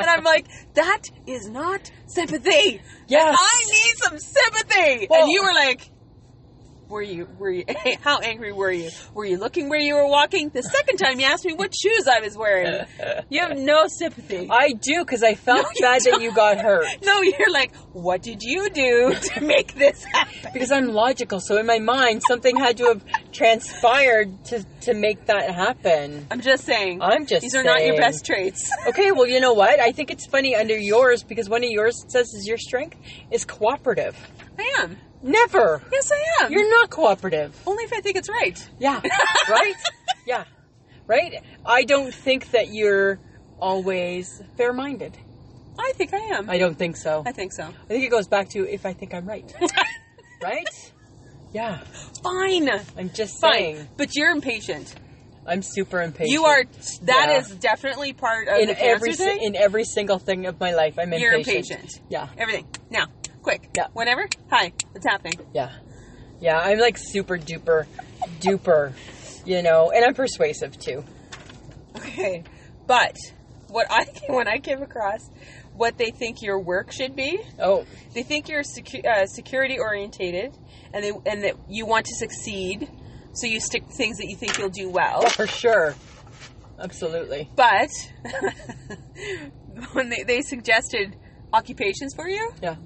A: and I'm like, that is not sympathy.
B: Yes.
A: I need some sympathy.
B: Well-
A: and you were like, were you, were you, how angry were you? Were you looking where you were walking? The second time you asked me what shoes I was wearing. You have no sympathy.
B: I do because I felt
A: No, you
B: bad that
A: don't.
B: you got hurt.
A: no, you're like, what did you do to make this happen?
B: Because I'm logical, so in my mind, something had to have transpired to to make that happen.
A: I'm just saying.
B: I'm just
A: These are not your
B: saying.
A: best traits.
B: Okay, well, you know what? I think it's funny under yours because one of yours it says is your strength is cooperative.
A: I am.
B: Never.
A: Yes, I am.
B: You're not cooperative.
A: only if I think it's right.
B: Yeah. Right? yeah. Right? I don't think that you're always fair minded.
A: I think I am.
B: I don't think so.
A: I think so.
B: I think it goes back to if I think I'm right. right? Yeah.
A: Fine.
B: I'm just
A: Fine.
B: saying.
A: But you're impatient.
B: I'm super impatient.
A: You are. That
B: Yeah.
A: is definitely part of
B: in
A: the
B: every
A: cancer
B: si-
A: thing.
B: in every single thing of my life. I'm
A: you're
B: impatient.
A: impatient.
B: Yeah.
A: Everything. Now, quick.
B: Yeah.
A: Whenever. Hi. It's happening.
B: Yeah. Yeah, I'm like super duper duper, you know, and I'm persuasive too.
A: Okay. But what I when I came across what they think your work should be,
B: Oh,
A: they think you're secu- uh, security orientated, and they and that you want to succeed, so you stick to things that you think you'll do well.
B: for sure. Absolutely.
A: But when they, they suggested occupations for you,
B: Yeah.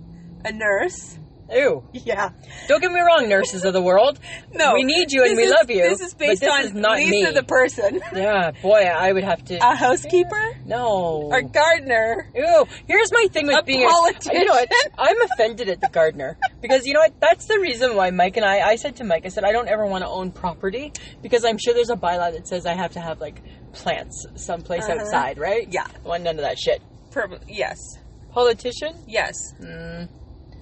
A: a nurse.
B: Ew.
A: Yeah.
B: Don't get me wrong, nurses of the world.
A: No.
B: We need you and
A: this
B: we
A: is-
B: love you,
A: This is
B: but
A: based
B: this
A: on
B: is not
A: Lisa
B: me.
A: the Uh, person.
B: Yeah, boy, I would have to.
A: A housekeeper?
B: no.
A: A gardener?
B: Ew. Here's my thing with
A: A
B: being
A: politician.
B: A, you know what? I'm offended at the gardener because you know what? That's the reason why Mike and I. I said to Mike, I said I don't ever want to own property because I'm sure there's a bylaw that says I have to have like plants someplace
A: Uh-huh.
B: outside, right?
A: Yeah.
B: Want none of that shit.
A: Prob- yes.
B: Politician?
A: Yes.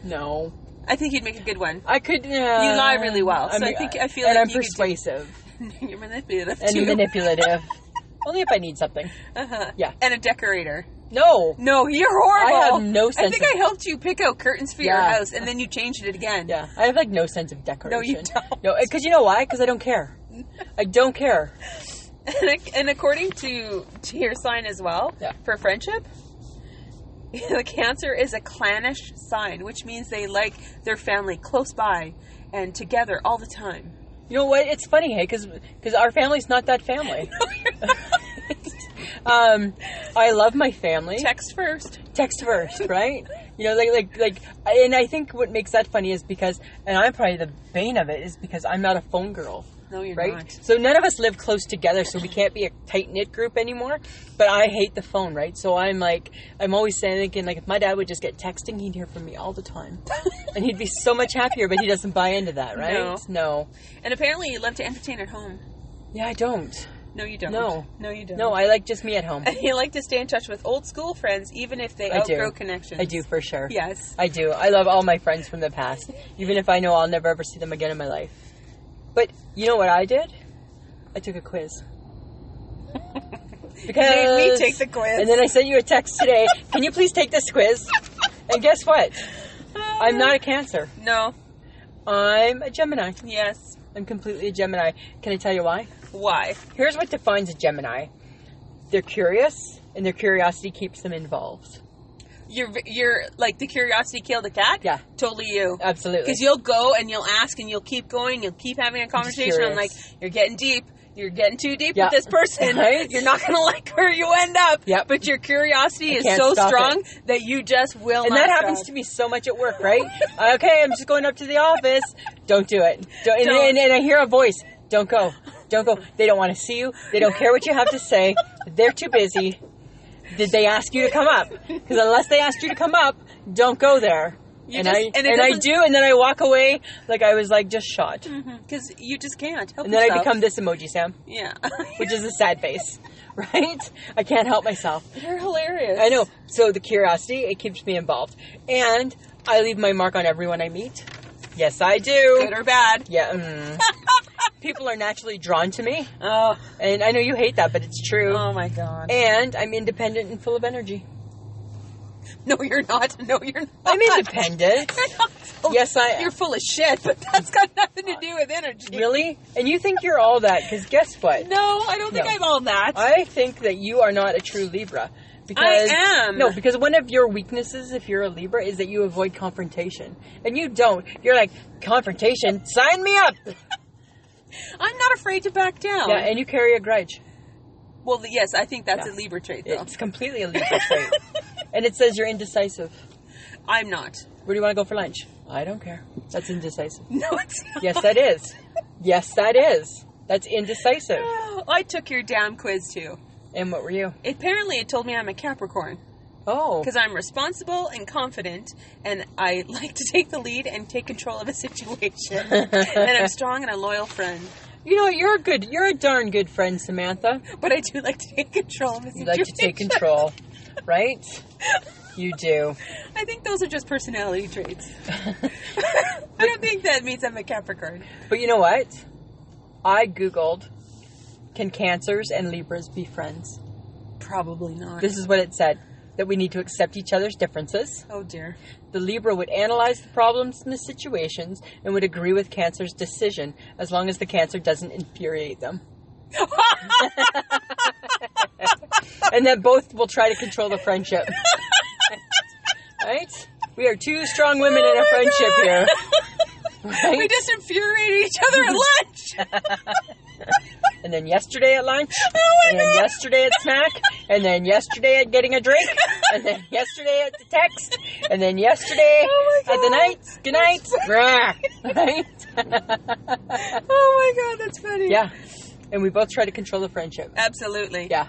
B: No.
A: I think you'd make a good one.
B: I could. Uh, you
A: lie really well, so I think- I feel
B: and
A: like
B: I'm
A: you could do-
B: persuasive
A: You're manipulative
B: and
A: too.
B: manipulative. Only if I need something.
A: uh-huh.
B: Yeah.
A: And a decorator.
B: No.
A: No, you're horrible.
B: I have no
A: I
B: sense
A: think
B: of-
A: I helped you pick out curtains for your
B: Yeah.
A: house, and then you changed it again.
B: Yeah, I have like no sense of decoration.
A: don't.
B: No, because you know why? Because I don't care. I don't care.
A: And, ac- and according to, to your sign as well,
B: Yeah.
A: for friendship, the Cancer is a clannish sign, which means they like their family close by and together all the time.
B: You know what? It's funny, hey, because our family's not that family. um, I love my family.
A: Text first.
B: Text first, right? You know, like like like, and I think what makes that funny is because, and I'm probably the bane of it is because I'm not a phone girl.
A: No, you're
B: Right?
A: not.
B: So none of us live close together, so we can't be a tight knit group anymore. But I hate the phone, right? So I'm like, I'm always saying thinking like, if my dad would just get texting, he'd hear from me all the time, and he'd be so much happier. But he doesn't buy into that, right?
A: No.
B: no.
A: And apparently, you love to entertain at home.
B: Yeah, I don't.
A: No, you don't.
B: No.
A: No, you don't.
B: No, I like just me at home.
A: you like to stay in touch with old school friends, even if they
B: I do.
A: outgrow connections.
B: I do for sure.
A: Yes.
B: I do. I love all my friends from the past, even if I know I'll never ever see them again in my life. But you know what I did? I took a quiz. Because
A: Made me take the quiz.
B: And then I sent you a text today. Can you please take this quiz? And guess what? I'm not a Cancer.
A: No.
B: I'm a Gemini.
A: Yes.
B: I'm completely a Gemini. Can I tell you why?
A: Why?
B: Here's what defines a Gemini. They're curious, and their curiosity keeps them involved.
A: You're you're like the curiosity killed the cat.
B: Yeah. Uh,
A: Totally you.
B: Absolutely.
A: Because you'll go and you'll ask and you'll keep going. You'll keep having a conversation. I'm like,
B: curious.
A: you're getting deep. You're getting too deep
B: Yeah.
A: with this person.
B: Right?
A: You're not going to like where you end up.
B: Yep.
A: But your curiosity
B: I
A: is
B: can't
A: so
B: stop
A: strong that you just will
B: and
A: not
B: that happens to me so much at work, right? okay, I'm just going up to the office. Don't do it. Don't, and,
A: Don't.
B: And, and I hear a voice. Don't go. Don't go. They don't want to see you. They don't care what you have to say. They're too busy. Did they ask you to come up? Because unless they asked you to come up, don't go there.
A: You
B: and
A: just-
B: I
A: and
B: and,
A: it
B: I
A: doesn't- Mm-hmm.
B: do, and then I walk away like I was like just shot,
A: Because you just can't. Help
B: and then I
A: yourself.
B: become this emoji Sam,
A: Yeah.
B: which is a sad face, right? I can't help myself.
A: You're hilarious.
B: I know. So the curiosity, it keeps me involved. And I leave my mark on everyone I meet. Yes, I do.
A: Good or bad.
B: Yeah. mm. People are naturally drawn to me.
A: Oh,
B: And I know you hate that, but it's true.
A: oh my god.
B: And I'm independent and full of energy.
A: No, you're not. No, you're not.
B: I'm independent.
A: You're not.
B: yes, I
A: You're full of shit, but that's got nothing to do with energy.
B: Really? And you think you're all that, because guess what?
A: No, I don't think
B: No.
A: I'm all that.
B: I think that you are not a true Libra. Because,
A: am.
B: No, because one of your weaknesses, if you're a Libra, is that you avoid confrontation. And you don't. You're like, confrontation? Sign me up!
A: I'm not afraid to back down.
B: Yeah, and you carry a grudge.
A: well, yes, I think that's
B: Yeah.
A: a Libra trait, though.
B: It's completely a Libra trait. and it says you're indecisive.
A: I'm not.
B: Where do you want to go for lunch? I don't care. That's indecisive.
A: No, it's not.
B: Yes, that is. Yes, that is. That's indecisive.
A: I took your damn quiz too.
B: And what were you?
A: Apparently, it told me I'm a Capricorn
B: Oh.
A: because I'm responsible and confident, and I like to take the lead and take control of a situation. and I'm strong and a loyal friend,
B: You know, you're a good, you're a darn good friend, Samantha.
A: but I do like to take control of a
B: You
A: situation.
B: like to take control, right? You do.
A: I think those are just personality traits. I don't think that means I'm a Capricorn.
B: But you know what? I Googled, can Cancers and Libras be friends?
A: Probably not.
B: This is what it said that we need to accept each other's differences.
A: oh dear.
B: The Libra would analyze the problems and the situations and would agree with Cancer's decision as long as the Cancer doesn't infuriate them. and that both will try to control the friendship. right? We are two strong women
A: Oh
B: in a friendship here. Right?
A: We just infuriated each other at lunch.
B: and then yesterday at lunch,
A: Oh
B: and then yesterday at snack, and then yesterday at getting a drink, and then yesterday at the text, and then yesterday
A: Oh my
B: at the
A: God.
B: night. Good night. Rah. right?
A: oh my god, that's funny.
B: Yeah. And we both try to control the friendship.
A: Absolutely.
B: Yeah.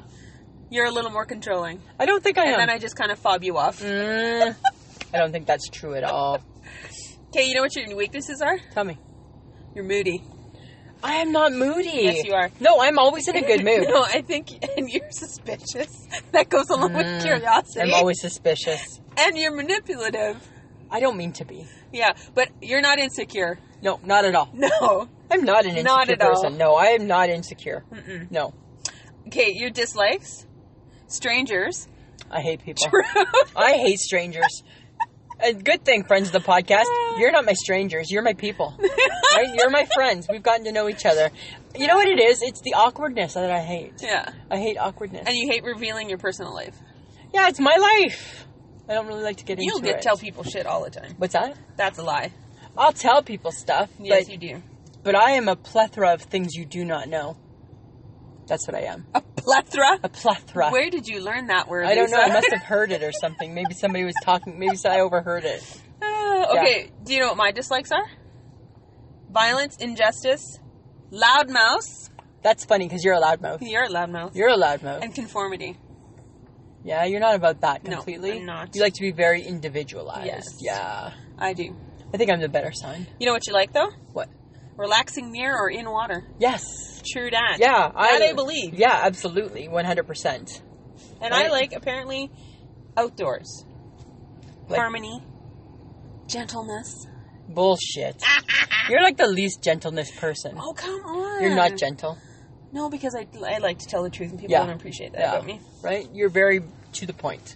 A: You're a little more controlling.
B: I don't think I
A: And
B: am.
A: then I just kind of fob you off.
B: Mm, I don't think that's true at all.
A: Okay, you know what your weaknesses are?
B: Tell me.
A: You're moody.
B: I am not moody.
A: Yes, you are.
B: No, I'm always in a good mood.
A: No, I think, and you're suspicious. That goes along with curiosity.
B: Mm. I'm always suspicious.
A: and you're manipulative.
B: I don't mean to be.
A: Yeah, but you're not insecure.
B: No, not at all.
A: No.
B: I'm not an insecure
A: Not at all.
B: person. No, I am not insecure. No,
A: Okay, your dislikes? Strangers.
B: I hate people.
A: True.
B: I hate strangers. A good thing, friends of the podcast, you're not my strangers. You're my people. right? You're my friends. We've gotten to know each other. You know what it is? It's the awkwardness that I hate.
A: yeah.
B: I hate awkwardness.
A: And you hate revealing your personal life.
B: yeah, it's my life. I don't really like to get
A: You'll
B: into
A: get
B: it.
A: tell people shit all the time.
B: What's that?
A: That's a lie.
B: I'll tell people stuff,
A: Yes,
B: but,
A: you do.
B: but I am a plethora of things you do not know. That's what I am.
A: A plethora?
B: A plethora.
A: Where did you learn that word?
B: I don't know. I
A: Lisa?
B: must have heard it or something. Maybe somebody was talking. Maybe I overheard it.
A: Ah, okay, do you know what my dislikes are? Violence, injustice, loud mouse.
B: That's funny because you're a loudmouth.
A: You're a loud mouse.
B: You're a loudmouth.
A: and conformity.
B: Yeah, you're not about that
A: No,
B: completely.
A: I'm not.
B: You like to be very individualized.
A: Yes.
B: Yeah.
A: I do.
B: I think I'm the better sign.
A: You know what you like though?
B: What?
A: Relaxing near or in water.
B: Yes.
A: true that.
B: Yeah,
A: That I believe.
B: Yeah, absolutely, one hundred percent.
A: And I
B: Right.
A: like apparently outdoors. Harmony. Gentleness.
B: Bullshit. You're like the least gentleness person.
A: Oh come on.
B: You're not gentle,
A: No, because I, I like to tell the truth and people
B: Yeah.
A: don't appreciate that
B: Yeah.
A: about me.
B: right? You're very to the point.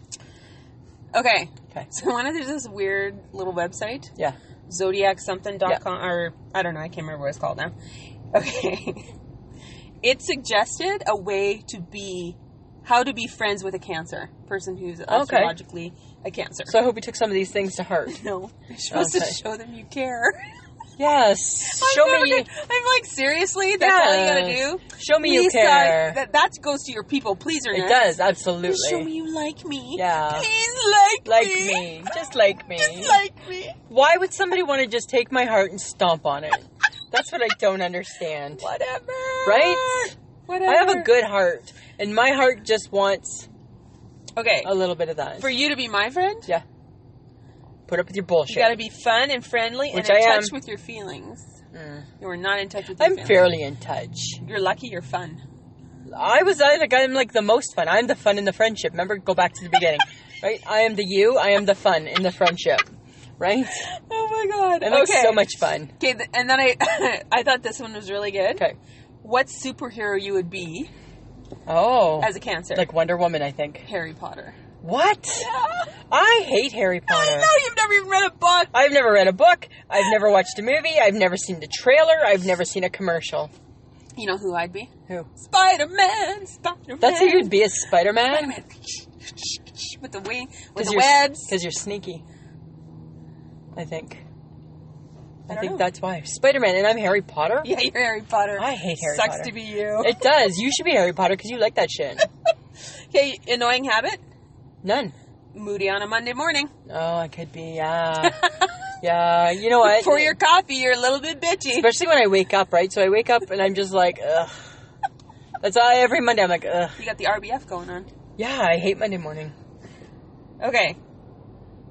A: Okay.
B: Okay.
A: So I went there's this weird little website.
B: Yeah.
A: Zodiac something dot com or I don't know, I can't remember what it's called now. Okay. it suggested a way to be how to be friends with a cancer person who's astrologically a cancer.
B: So I hope you took some of these things to heart.
A: no, you're supposed
B: Okay.
A: to show them you care.
B: Yes. show
A: I'm,
B: me.
A: never gonna- I'm like seriously, that's all you
B: Yes.
A: gotta do.
B: Show me you
A: Please, guys,
B: care.
A: That, that goes to your people pleaser.
B: it does absolutely.
A: Please show me you like me.
B: Yeah.
A: Please like,
B: Like
A: me.
B: me, just like me.
A: Just like me.
B: Why would somebody want to just take my heart and stomp on it? That's what I don't understand.
A: Whatever.
B: Right?
A: Whatever.
B: I have a good heart, and my heart just wants
A: Okay.
B: a little bit of that.
A: For you to be my friend,
B: yeah. Put up with your
A: you
B: bullshit.
A: gotta be fun and friendly
B: Which
A: and in
B: I am.
A: touch with your feelings.
B: Mm.
A: You are not in touch with your
B: I'm
A: feelings.
B: fairly in touch.
A: You're lucky you're fun.
B: I was I like I'm like the most fun. I'm the fun in the friendship. Remember, go back to the beginning, right? I am the you. I am the fun in the friendship, right?
A: Oh my god.
B: And like
A: okay.
B: so much fun.
A: Okay, th- and then I I thought this one was really good.
B: Okay.
A: What superhero you would be
B: Oh,
A: as a cancer?
B: like Wonder Woman, I think.
A: Harry Potter.
B: What? I hate Harry
A: I
B: Potter.
A: know you've never even read a book.
B: I've never read a book. I've never watched a movie. I've never seen the trailer. I've never seen a commercial.
A: You know who I'd be?
B: Who?
A: Spider Man. Spider Man.
B: That's who you'd be as Spider Man.
A: Spider-Man. With the wing, with the webs.
B: Because you're sneaky. I think. I,
A: don't
B: think
A: know.
B: that's why. Spider Man and I'm Harry Potter?
A: Yeah, you're Harry Potter.
B: I hate Harry
A: Sucks
B: Potter.
A: to be you.
B: It does. You should be Harry Potter because you like that shit.
A: Okay, annoying habit.
B: None.
A: Moody on a Monday morning.
B: Oh, I could be, yeah. yeah, you know what?
A: For your coffee, you're a little bit bitchy.
B: Especially when I wake up, right? So I wake up and I'm just like, ugh. That's all, every Monday I'm like, ugh.
A: You got the RBF going on.
B: Yeah, I hate Monday morning.
A: Okay.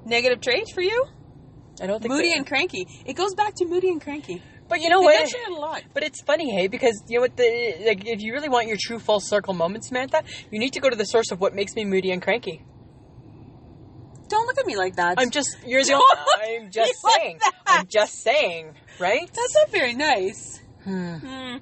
A: Negative trait for you?
B: I don't think
A: Moody
B: that-
A: and cranky. It goes back to moody and cranky.
B: But you know
A: They
B: what?
A: mention it a lot.
B: But it's funny, hey, because you know what? The like, if you really want your true full circle moment, Samantha, you need to go to the source of what makes me moody and cranky.
A: Don't look at me like that.
B: I'm just you're the.
A: Don't look
B: Only, I'm just
A: at me like
B: saying.
A: that.
B: I'm just saying. Right?
A: That's not very nice.
B: Hmm.
A: Hmm.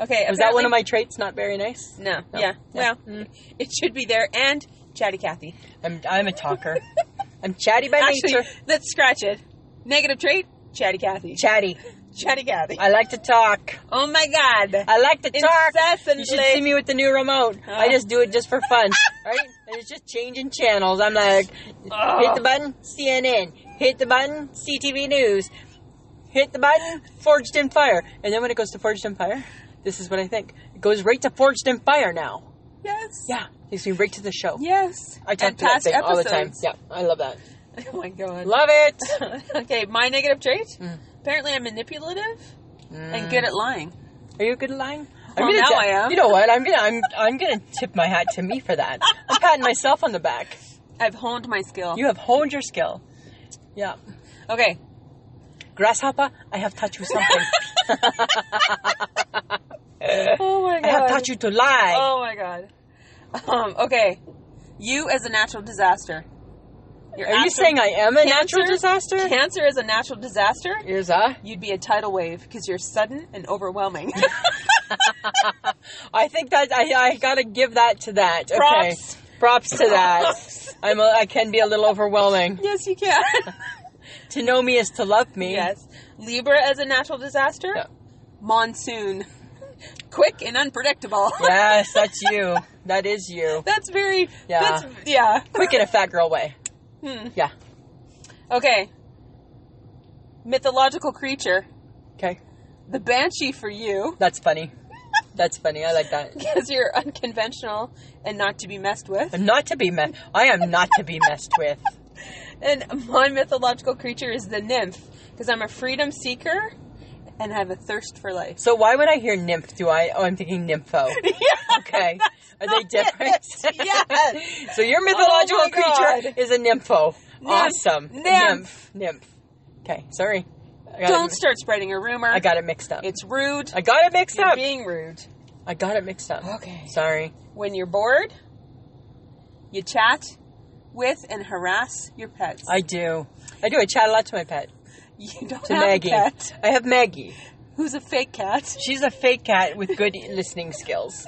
A: Okay.
B: Was that one
A: apparently-
B: of my traits? Not very nice.
A: No.
B: No.
A: Yeah.
B: Yeah. Hmm.
A: Well, it should be there. And chatty Cathy.
B: I'm I'm a talker. I'm chatty by
A: Actually,
B: nature.
A: let's scratch it. Negative trait? Chatty Cathy.
B: Chatty.
A: chatty Cathy.
B: I like to talk.
A: Oh my god.
B: I like to talk. You should see
A: Incessantly.
B: me with the new remote. I just do it just for fun, right? And it's just changing channels. I'm like, hit the button, CNN. Hit the button, CTV News. Hit the button, Forged in Fire. And then when it goes to Forged in Fire, this is what I think. It goes right to Forged in Fire now.
A: Yes.
B: Yeah, takes me right to the show.
A: Yes.
B: I talk
A: and
B: to that
A: past
B: thing all the time.
A: episodes.
B: Yeah, I love that.
A: Oh my god.
B: Love it.
A: okay, my negative trait.
B: Mm.
A: Apparently, I'm manipulative
B: Hmm.
A: and good at lying.
B: Are you good at lying?
A: Well,
B: gonna
A: now
B: ti-
A: I am.
B: You know what? I'm gonna I'm I'm gonna tip my hat to me for that. I'm patting myself on the back.
A: I've honed my skill.
B: You have honed your skill. Yeah.
A: okay,
B: Grasshopper, I have taught you something.
A: Oh my
B: I have taught you to lie.
A: Oh my god. Um, okay. You as a natural disaster. Your
B: Are you saying I am a natural disaster?
A: Cancer is a natural disaster.
B: Here's a.
A: You'd be a tidal wave because you're sudden and overwhelming.
B: I think that I, I gotta give that to that. Okay.
A: Props.
B: Props to
A: Props.
B: that. I'm a, I can be a little overwhelming.
A: yes, you can.
B: To know me is to love me.
A: yes. Libra as a natural disaster.
B: Yeah.
A: Monsoon. Quick and unpredictable.
B: Yes, that's you. That is you.
A: That's very.
B: Yeah.
A: That's, yeah.
B: Quick in a fat girl way.
A: Hmm.
B: Yeah.
A: Okay. Mythological creature.
B: Okay.
A: The banshee for you.
B: That's funny. That's funny. I like that.
A: Because you're unconventional and not to be messed with.
B: I'm not to be messed. I am not to be messed with.
A: And my mythological creature is the nymph. Because I'm a freedom seeker and have a thirst for life.
B: So why would I hear nymph? Do I? Oh, I'm thinking nympho. Okay. Are they different?
A: Yes.
B: so your mythological
A: Oh my God.
B: creature is a nympho.
A: Nymph.
B: Awesome.
A: Nymph.
B: Nymph. Nymph. Okay. Sorry. I I got
A: Don't
B: it,
A: start spreading a rumor.
B: I got it mixed up.
A: It's rude.
B: I got it mixed
A: You're
B: up.
A: being rude.
B: I got it mixed up.
A: Okay.
B: Sorry.
A: When you're bored, you chat with and harass your pets.
B: I do. I do. I chat a lot to my pet.
A: you don't
B: To
A: have
B: Maggie.
A: a cat
B: I have Maggie.
A: who's a fake cat.
B: She's a fake cat with good listening skills.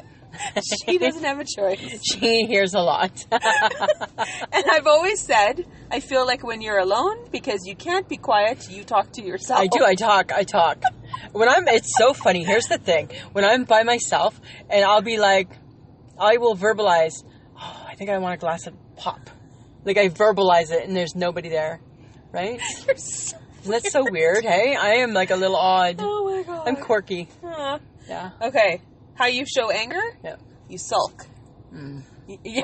A: She doesn't have a choice.
B: She hears a lot.
A: And I've always said, I feel like when you're alone, because you can't be quiet, you talk to yourself.
B: I do. I talk. I talk. When I'm, it's so funny. Here's the thing: when I'm by myself, and I'll be like, I will verbalize. Oh, I think I want a glass of pop. Like I verbalize it, and there's nobody there, right?
A: You're so-
B: That's so weird. Hey, I am like a little odd.
A: oh my god.
B: I'm quirky.
A: Aw.
B: Yeah.
A: Okay. How you show anger?
B: Yeah.
A: You sulk.
B: Hmm.
A: Y- Yeah.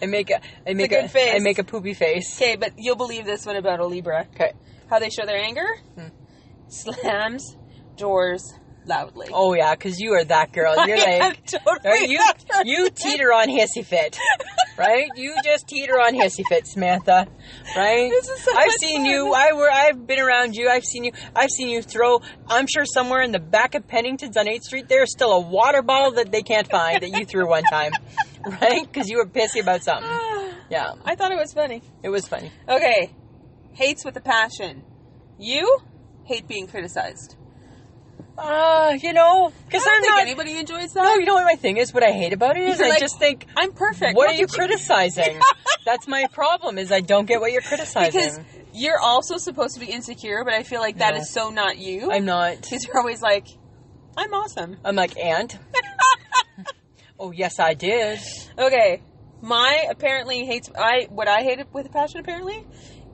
B: I make a. I make
A: good
B: a.
A: face.
B: I make a poopy face.
A: okay, but you'll believe this one about a Libra.
B: Okay.
A: How they show their anger?
B: Hmm.
A: Slams doors loudly.
B: Oh yeah, because you are that girl. You're
A: I am
B: like.
A: totally
B: Right, you
A: that person.
B: you teeter on hissy fit, right? You just teeter on hissy fit, Samantha, right?
A: This is so
B: I've
A: much
B: seen
A: fun.
B: you. I were. I've been around you. I've seen you. I've seen you throw. I'm sure somewhere in the back of Pennington's on 8th Street, there's still a water bottle that they can't find that you threw one time, right? Because you were pissy about something. Yeah,
A: I thought it was funny.
B: it was funny.
A: Okay. Hates with a passion. You hate being criticized.
B: Uh, you know,
A: I
B: because
A: don't
B: I'm
A: think
B: not.
A: anybody enjoys
B: no,
A: that.
B: you know what my thing is. What I hate about it is
A: You're
B: I
A: like,
B: just think.
A: I'm perfect.
B: What are
A: Look
B: you
A: at
B: criticizing? That's my problem. Is I don't get what you're criticizing.
A: Because you're also supposed to be insecure, but I feel like that
B: No.
A: is so not you.
B: I'm not.
A: Because you're always like, I'm awesome.
B: I'm like, and? oh, yes, I did.
A: Okay, my apparently hates I what I hate with a passion apparently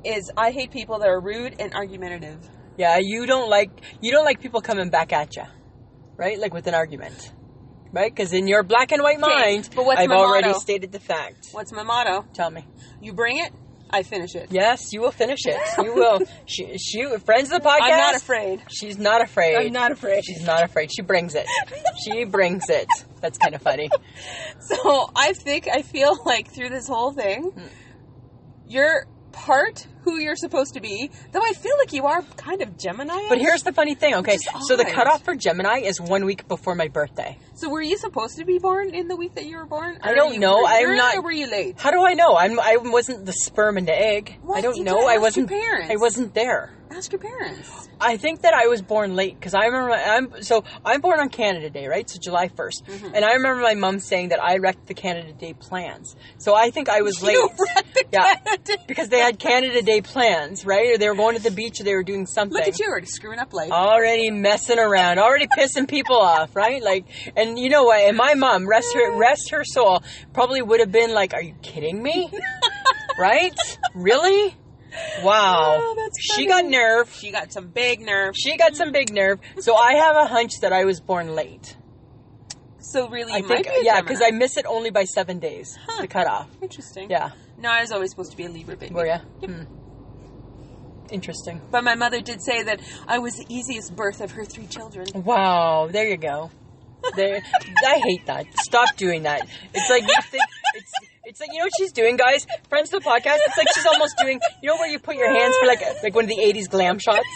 A: is I hate people that are rude and argumentative.
B: Yeah, you don't like you don't like people coming back at you, right? Like with an argument, right? Because in your black and white mind,
A: but what's
B: I've
A: my
B: already
A: motto?
B: stated the fact.
A: What's my motto?
B: Tell me.
A: You bring it, I finish it.
B: Yes, you will finish it. You will. she, she, friends of the podcast.
A: I'm not afraid.
B: She's not afraid.
A: I'm not afraid.
B: She's not afraid. She brings it. She brings it. That's kind of funny.
A: So I think I feel like through this whole thing,
B: Mm.
A: you're part who you're supposed to be. Though I feel like you are kind of Gemini.
B: But here's the funny thing. Okay,
A: Which is
B: so the
A: odd.
B: cutoff for Gemini is one week before my birthday.
A: so were you supposed to be born in the week that you were born?
B: I
A: Or
B: don't
A: you
B: know.
A: were
B: I'm
A: early
B: not-
A: Or were you late?
B: How do I know? I'm I wasn't the sperm and the egg.
A: What?
B: I don't
A: You
B: know.
A: gotta
B: I
A: ask
B: wasn't.
A: your parents.
B: I wasn't there.
A: Ask your parents.
B: I think that I was born late because I remember. I'm so I'm born on Canada Day, right? So July 1st
A: Mm-hmm.
B: and I remember my mom saying that I wrecked the Canada Day plans. So I think I was late.
A: You wrecked the
B: yeah,
A: Canada Day.
B: because they had Canada Day plans, right? Or they were going to the beach, or they were doing something.
A: Look at you already screwing up life.
B: Oh, Already messing around, already pissing people off, right? Like, and you know what? And my mom, rest her, rest her soul, probably would have been like, "Are you kidding me? right? Really? Wow.
A: Oh, that's
B: she got
A: funny.
B: nerve.
A: She got some big nerve.
B: She got some big nerve. So I have a hunch that I was born late.
A: So really,
B: I
A: you might
B: think,
A: be a
B: yeah,
A: Gemini.
B: because I miss it only by seven days.
A: Huh.
B: The cutoff.
A: interesting.
B: Yeah.
A: No, I was always supposed to be a Libra baby.
B: Were ya? Hmm. Interesting.
A: But my mother did say that I was the easiest birth of her three children.
B: Wow, there you go. There, I hate that. Stop doing that. It's like you think, it's it's like you know what she's doing, guys. Friends of the podcast. It's like she's almost doing. You know where you put your hands for like like one of the '80s glam shots.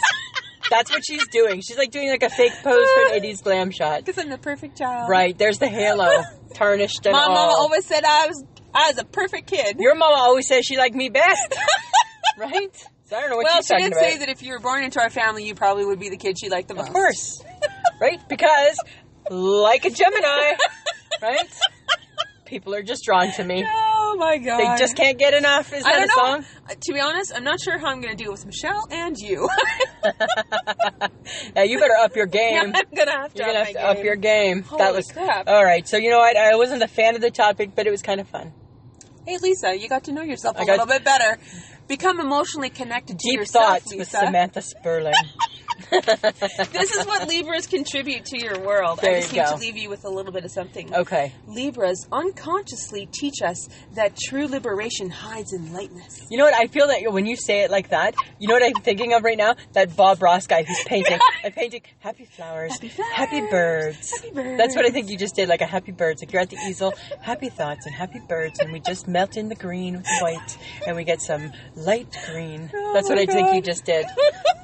B: That's what she's doing. She's like doing like a fake pose for an '80s glam shot.
A: Because I'm the perfect child.
B: Right there's the halo, tarnished and
A: My
B: all.
A: mama always said I was I was a perfect kid.
B: Your mama always says she liked me best. right. So I don't know what
A: well,
B: she's
A: she
B: talking
A: did
B: about.
A: say that if you were born into our family, you probably would be the kid she liked the most.
B: Of course. right? Because, like a Gemini, right? People are just drawn to me.
A: Oh my god.
B: They just can't get enough. Is
A: I
B: that
A: don't
B: a
A: know.
B: song?
A: Uh, To be honest, I'm not sure how I'm going to deal with Michelle and you.
B: Yeah, you better up your
A: I'm
B: game.
A: going to have to,
B: You're
A: up,
B: gonna
A: my
B: have to up
A: game.
B: your game. that
A: Holy
B: was
A: crap.
B: all right. So you know what? I wasn't a fan of the topic, but it was kind of fun.
A: Hey, Lisa, you got to know yourself a
B: I got-
A: little bit better. Become emotionally connected to
B: Deep
A: yourself,
B: thoughts
A: Lisa.
B: with Samantha Sperling.
A: This is what Libras contribute to your world.
B: There
A: I just
B: you
A: need
B: go. Oh.
A: to leave you with a little bit of something.
B: Okay.
A: Libras unconsciously teach us that true liberation hides in lightness.
B: You know what? I feel that when you say it like that, you know what I'm thinking of right now? That Bob Ross guy who's painting. I'm painting happy flowers, happy, birds.
A: Happy birds.
B: That's what I think you just did, like a happy birds. Like you're at the easel, happy thoughts and happy birds, and we just melt in the green with the white, and we get some light green.
A: Oh
B: That's what
A: my
B: I think you
A: God.
B: just did.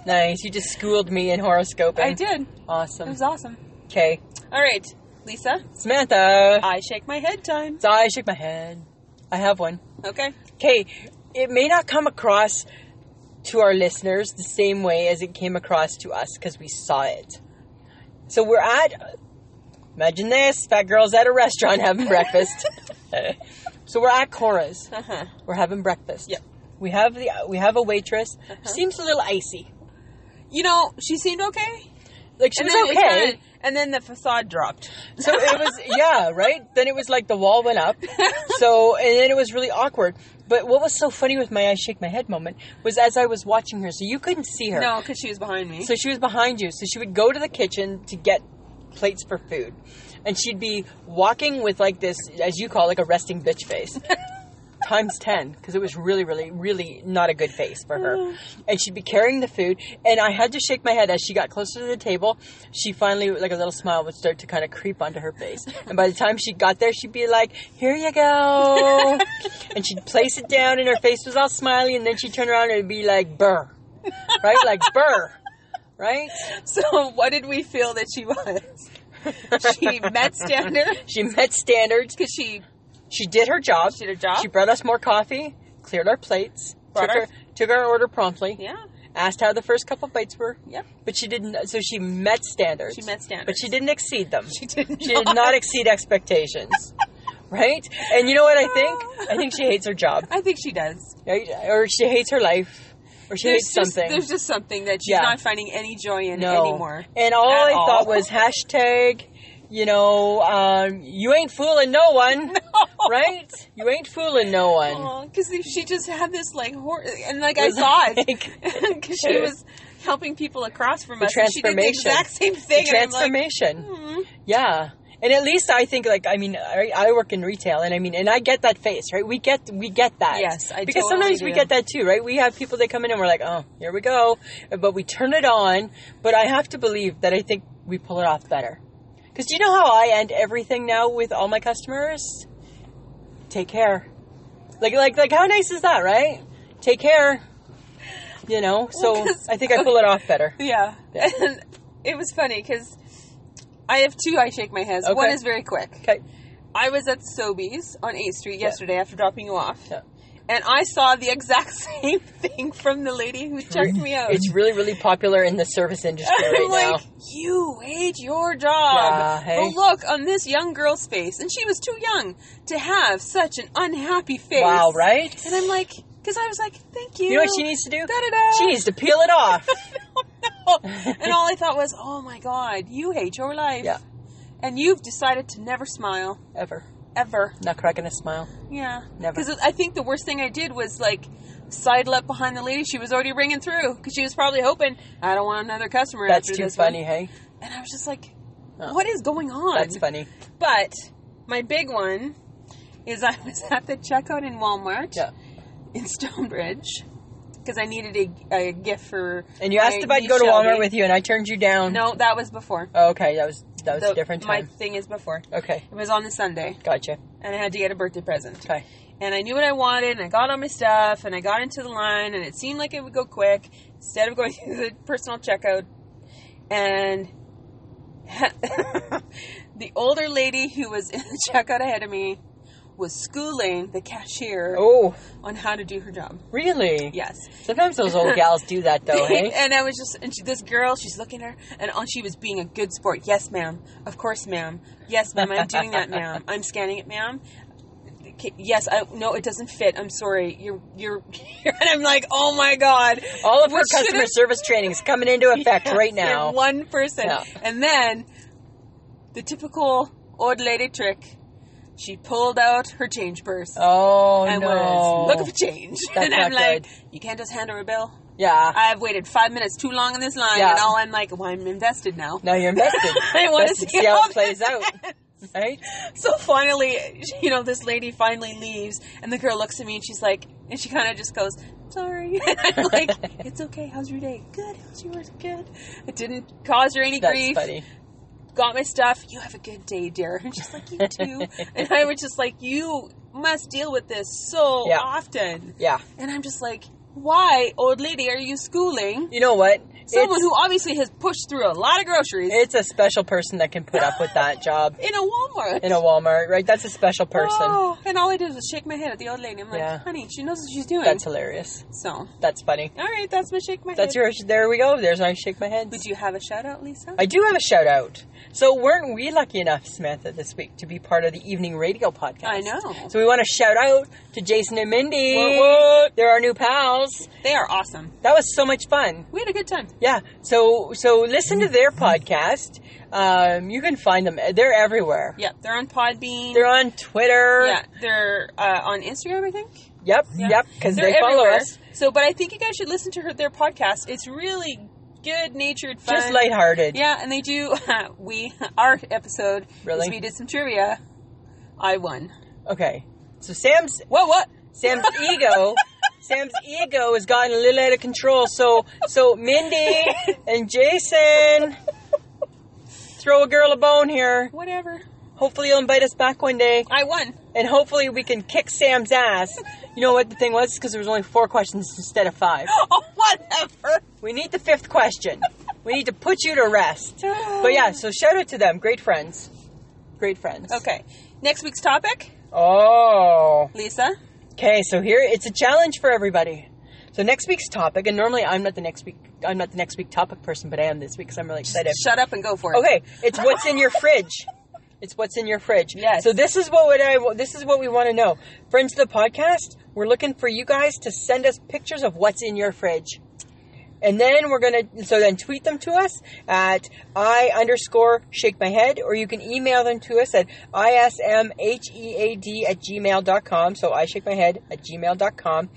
B: Nice. You just schooled me in horoscope.
A: I did. It
B: Awesome.
A: was awesome.
B: Okay.
A: All right, Lisa.
B: Samantha.
A: I shake my head time.
B: So I shook my head. I have one.
A: Okay.
B: Okay, it may not come across to our listeners the same way as it came across to us because we saw it. So we're at, imagine this, fat girls at a restaurant having breakfast. so we're at Cora's.
A: Uh huh.
B: We're having breakfast.
A: Yep. Uh-huh.
B: We have the we have a waitress. Seems a little icy.
A: You know, she seemed okay.
B: Like she
A: And
B: was
A: then it
B: okay.
A: kinda- and then the facade dropped.
B: So it was, yeah, right? Then it was like the wall went up. So, and then it was really awkward. But what was so funny with my I shake my head moment was as I was watching her, so you couldn't see her.
A: No, because she was behind me.
B: So she was behind you. So she would go to the kitchen to get plates for food. And she'd be walking with like this, as you call, like a resting bitch face. Times 10, because it was really, really, really not a good face for her. And she'd be carrying the food. And I had to shake my head as she got closer to the table. She finally, like a little smile, would start to kind of creep onto her face. And by the time she got there, she'd be like, Here you go. and she'd place it down, and her face was all smiley. And then she'd turn around and it'd be like, Burr. Right? Like, Burr right?
A: So, what did we feel that she was? She met standard
B: She met standards.
A: because she
B: She did her job.
A: did her job.
B: She brought us more coffee, cleared our plates,
A: Brought
B: took
A: our-
B: our, took our order promptly,
A: yeah.
B: asked how the first couple bites were.
A: Yep.
B: But she didn't, so she met standards.
A: She met standards.
B: But she didn't exceed them.
A: She did
B: She did not exceed expectations. Right? And you know what I think? I think she hates her job.
A: I think she does.
B: Right? Or she hates her life. Or she hates
A: just,
B: something.
A: There's just something that she's
B: Yeah.
A: not finding any joy in
B: no.
A: anymore.
B: And all
A: At
B: I
A: all.
B: thought was hashtag, you know, um, you ain't fooling no one, right? You ain't fooling no one.
A: Because she just had this like hor- and like I
B: It was
A: saw it
B: like-
A: because she was helping people across from
B: The
A: us. and she did the
B: transformation.
A: exact same
B: The
A: thing. and I'm like,
B: transformation.
A: hmm.
B: Yeah. And at least I think, like, I mean, I, I work in retail, and I mean, and I get that face, right? We get, we get that.
A: Yes, I
B: because
A: totally
B: sometimes we
A: do.
B: get that too, right? We have people that come in and we're like, oh, here we go, but we turn it on. But I have to believe that I think we pull it off better. Because do you know how I end everything now with all my customers? Take care. Like, like, like, how nice is that, right? Take care. You know, so
A: Well, 'cause-
B: I think I pull it off better.
A: Yeah.
B: Yeah.
A: And it was funny because I have two I shake my heads. One
B: Okay.
A: is very quick.
B: Okay.
A: I was at Sobeys on 8th Street yesterday after dropping you off.
B: Yeah.
A: And I saw the exact same thing from the lady who checked me out.
B: It's really, really popular in the service industry
A: I'm
B: right now.
A: like, you hate your job.
B: Yeah, hey.
A: The look on this young girl's face, and she was too young to have such an unhappy face.
B: Wow, right?
A: And I'm like, because I was like, thank you.
B: You know what she needs to do?
A: Da-da-da.
B: She needs to peel it off.
A: and all I thought was, oh my god, you hate your life.
B: Yeah.
A: And you've decided to never smile
B: Ever.
A: ever.
B: Not cracking a smile.
A: Yeah.
B: Never.
A: Because I think the worst thing I did was like sidle up behind the lady. She was already ringing through because she was probably hoping I don't want another customer.
B: That's
A: after
B: too
A: this
B: funny,
A: one."
B: hey?
A: And I was just like,
B: Oh.
A: what is going on?
B: That's funny.
A: But my big one is I was at the checkout in Walmart
B: Yeah.
A: in Stonebridge because I needed a, a gift for.
B: And you asked
A: my
B: if I'd
A: niece
B: go to
A: Shelby.
B: Walmart with you, and I turned you down.
A: No, that was before.
B: Oh, okay, that was that was
A: The-
B: a different
A: My
B: time.
A: thing is before.
B: Okay,
A: It was on the Sunday,
B: gotcha.
A: and I had to get a birthday present.
B: Okay,
A: and I knew what I wanted, and I got all my stuff, and I got into the line, and it seemed like it would go quick instead of going through the personal checkout. And the older lady who was in the checkout ahead of me was schooling the cashier
B: Oh,
A: on how to do her job.
B: really?
A: Yes.
B: Sometimes those old gals do that, though, Oh, hey?
A: and I was just, and she, this girl, she's looking at her, and all, she was being a good sport. Yes, ma'am. Of course, ma'am. Yes, ma'am. I'm doing that, ma'am. I'm scanning it, ma'am. Okay, Yes, I no, it doesn't fit. I'm sorry. You're you're, and I'm like, oh my god.
B: All of her
A: Which should've-
B: customer service training is coming into effect right
A: Yes,
B: now.
A: in one person,
B: Yeah.
A: and then the typical old lady trick. She pulled out her change purse
B: Oh
A: and
B: no!
A: was look for change.
B: That's
A: and I'm
B: not
A: like,
B: good.
A: you can't just hand her a bill.
B: Yeah.
A: I've waited five minutes too long in this line,
B: Yeah.
A: and all I'm like, well, I'm invested now.
B: Now you're invested.
A: I wanna
B: Invested
A: see how
B: it plays
A: this
B: out. Right?
A: So finally, you know, this lady finally leaves, and the girl looks at me and she's like, and she kind of just goes, "Sorry." I'm like, "It's okay. How's your day? Good. How's yours? Good. It didn't cause her any
B: That's
A: grief.
B: funny.
A: Got my stuff. You have a good day, dear." And she's like, "You too." and I was just like, "You must deal with this so
B: Yeah.
A: often."
B: Yeah.
A: And I'm just like, "Why, old lady, are you schooling?"
B: You know what?
A: Someone
B: it's,
A: who obviously has pushed through a lot of groceries
B: it's a special person that can put up with that job
A: in a Walmart.
B: in a Walmart, right? That's a special person.
A: Oh, and all I did was shake my head at the old lady. I'm like,
B: Yeah.
A: honey, she knows what she's doing.
B: That's hilarious.
A: so, all
B: That's funny.
A: right, that's my shake my
B: That's
A: head.
B: your. There we go. There's my shake my head.
A: Would you have a shout out, Lisa?
B: I do have a shout out. So weren't we lucky enough, Samantha, this week to be part of the evening radio podcast?
A: I know.
B: So we want to shout out to Jason and Mindy.
A: Woot woot.
B: They're our new pals.
A: they are awesome.
B: That was so much fun.
A: We had a good time.
B: Yeah. So so listen to their podcast. Um, you can find them. They're everywhere.
A: Yeah, they're on Podbean.
B: They're on Twitter.
A: yeah, they're uh, on Instagram, I think.
B: Yep.
A: Yeah.
B: Yep. Because they follow us.
A: So, but I think you guys should listen to her, their podcast. It's really good natured fun.
B: Just lighthearted.
A: Yeah, and they do. we our episode
B: Really?
A: is we did some trivia. I won.
B: Okay. So Sam's
A: What? What?
B: Sam's ego. Sam's ego has gotten a little out of control. So, so Mindy and Jason, throw a girl a bone here.
A: Whatever.
B: Hopefully, you'll invite us back one day,
A: I won.
B: and hopefully, we can kick Sam's ass. You know what the thing was? Because there was only four questions instead of five.
A: Oh, whatever.
B: We need the fifth question. We need to put you to rest. But yeah, so shout out to them. Great friends. Great friends.
A: Okay. Next week's topic,
B: Oh.
A: Lisa.
B: Okay, so here it's a challenge for everybody. So next week's topic, and normally I'm not the next week, I'm not the next week topic person, but I am this week because I'm really excited.
A: Shut up and go for it.
B: Okay, it's what's in your fridge. It's what's in your fridge.
A: Yes.
B: So this is what would I. This is what we want to know, friends of the podcast. We're looking for you guys to send us pictures of what's in your fridge, and then we're gonna. So then tweet them to us at i underscore shake my head, or you can email them to us at ismhead E at gmail.com. So I shake my head at gmail.com.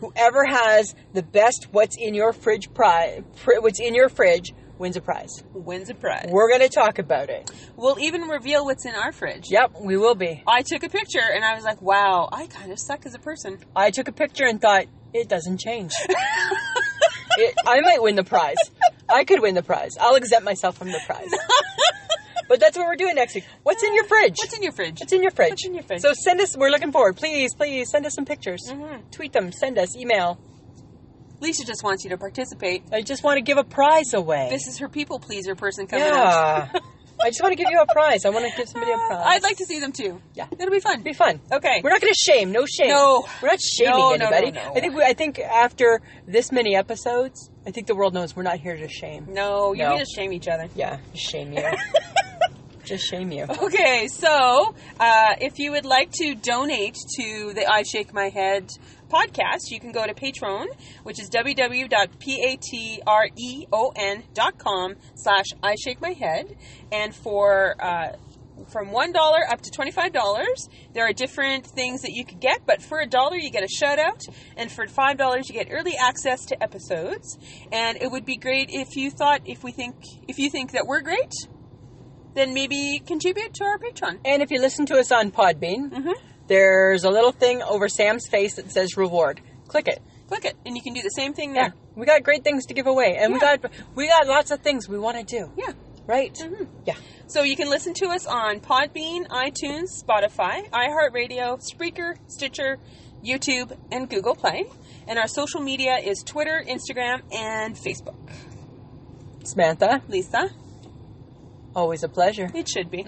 B: Whoever has the best what's in your fridge prize, what's in your fridge wins a prize.
A: Wins a prize.
B: We're going to talk about it.
A: We'll even reveal what's in our fridge.
B: Yep, we will be.
A: I took a picture and I was like, wow, I kind of suck as a person.
B: I took a picture and thought, it doesn't change. it, I might win the prize. I could win the prize. I'll exempt myself from the prize. but that's what we're doing next week. What's in your fridge?
A: What's in your fridge?
B: What's in your fridge?
A: What's in your fridge? Mm-hmm.
B: So send us, we're looking forward. Please, please send us some pictures. Tweet them, send us, email.
A: Lisa just wants you to participate.
B: I just want to give a prize away.
A: This is her people pleaser person coming out.
B: yeah. I just want to give you a prize. I want to give somebody a prize.
A: I'd like to see them too.
B: Yeah.
A: It'll be fun.
B: It'd be fun.
A: Okay.
B: We're not going to shame. No shame.
A: No.
B: We're not shaming
A: No, no,
B: anybody.
A: no, no.
B: I think we, I think after this many episodes, I think the world knows we're not here to shame.
A: no, you
B: No.
A: need to shame each other.
B: Yeah, just shame you. just shame you.
A: Okay, so uh, if you would like to donate to the I Shake My Head podcast, you can go to Patreon, which is www.patreon.com slash I Shake My Head. And for uh, from $1 up to $25, there are different things that you could get, but for a dollar you get a shout out, and for $5 you get early access to episodes. And it would be great if you thought, if we think, if you think that we're great, then maybe contribute to our Patreon. Mm-hmm.
B: And if you listen to us on Podbean, there's a little thing over Sam's face that says reward. Click it.
A: Click it, and you can do the same thing
B: Yeah.
A: there.
B: We got great things to give away, and
A: Yeah.
B: we got we got lots of things we want to do.
A: Yeah.
B: Right? Yeah.
A: So you can listen to us on Podbean, iTunes, Spotify, iHeartRadio, Spreaker, Stitcher, YouTube, and Google Play. And our social media is Twitter, Instagram, and Facebook.
B: Samantha,
A: Lisa,
B: always a pleasure.
A: it should be.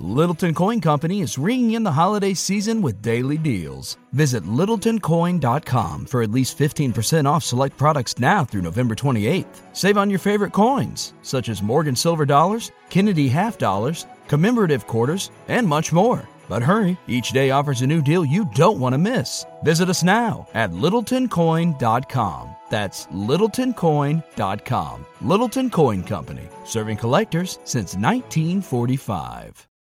C: Littleton Coin Company is ringing in the holiday season with daily deals. Visit littletoncoin.com for at least 15% off select products now through November 28th. Save on your favorite coins, such as Morgan Silver Dollars, Kennedy Half Dollars, commemorative quarters, and much more. But hurry, each day offers a new deal you don't want to miss. Visit us now at littletoncoin.com. That's littletoncoin.com. Littleton Coin Company, serving collectors since 1945.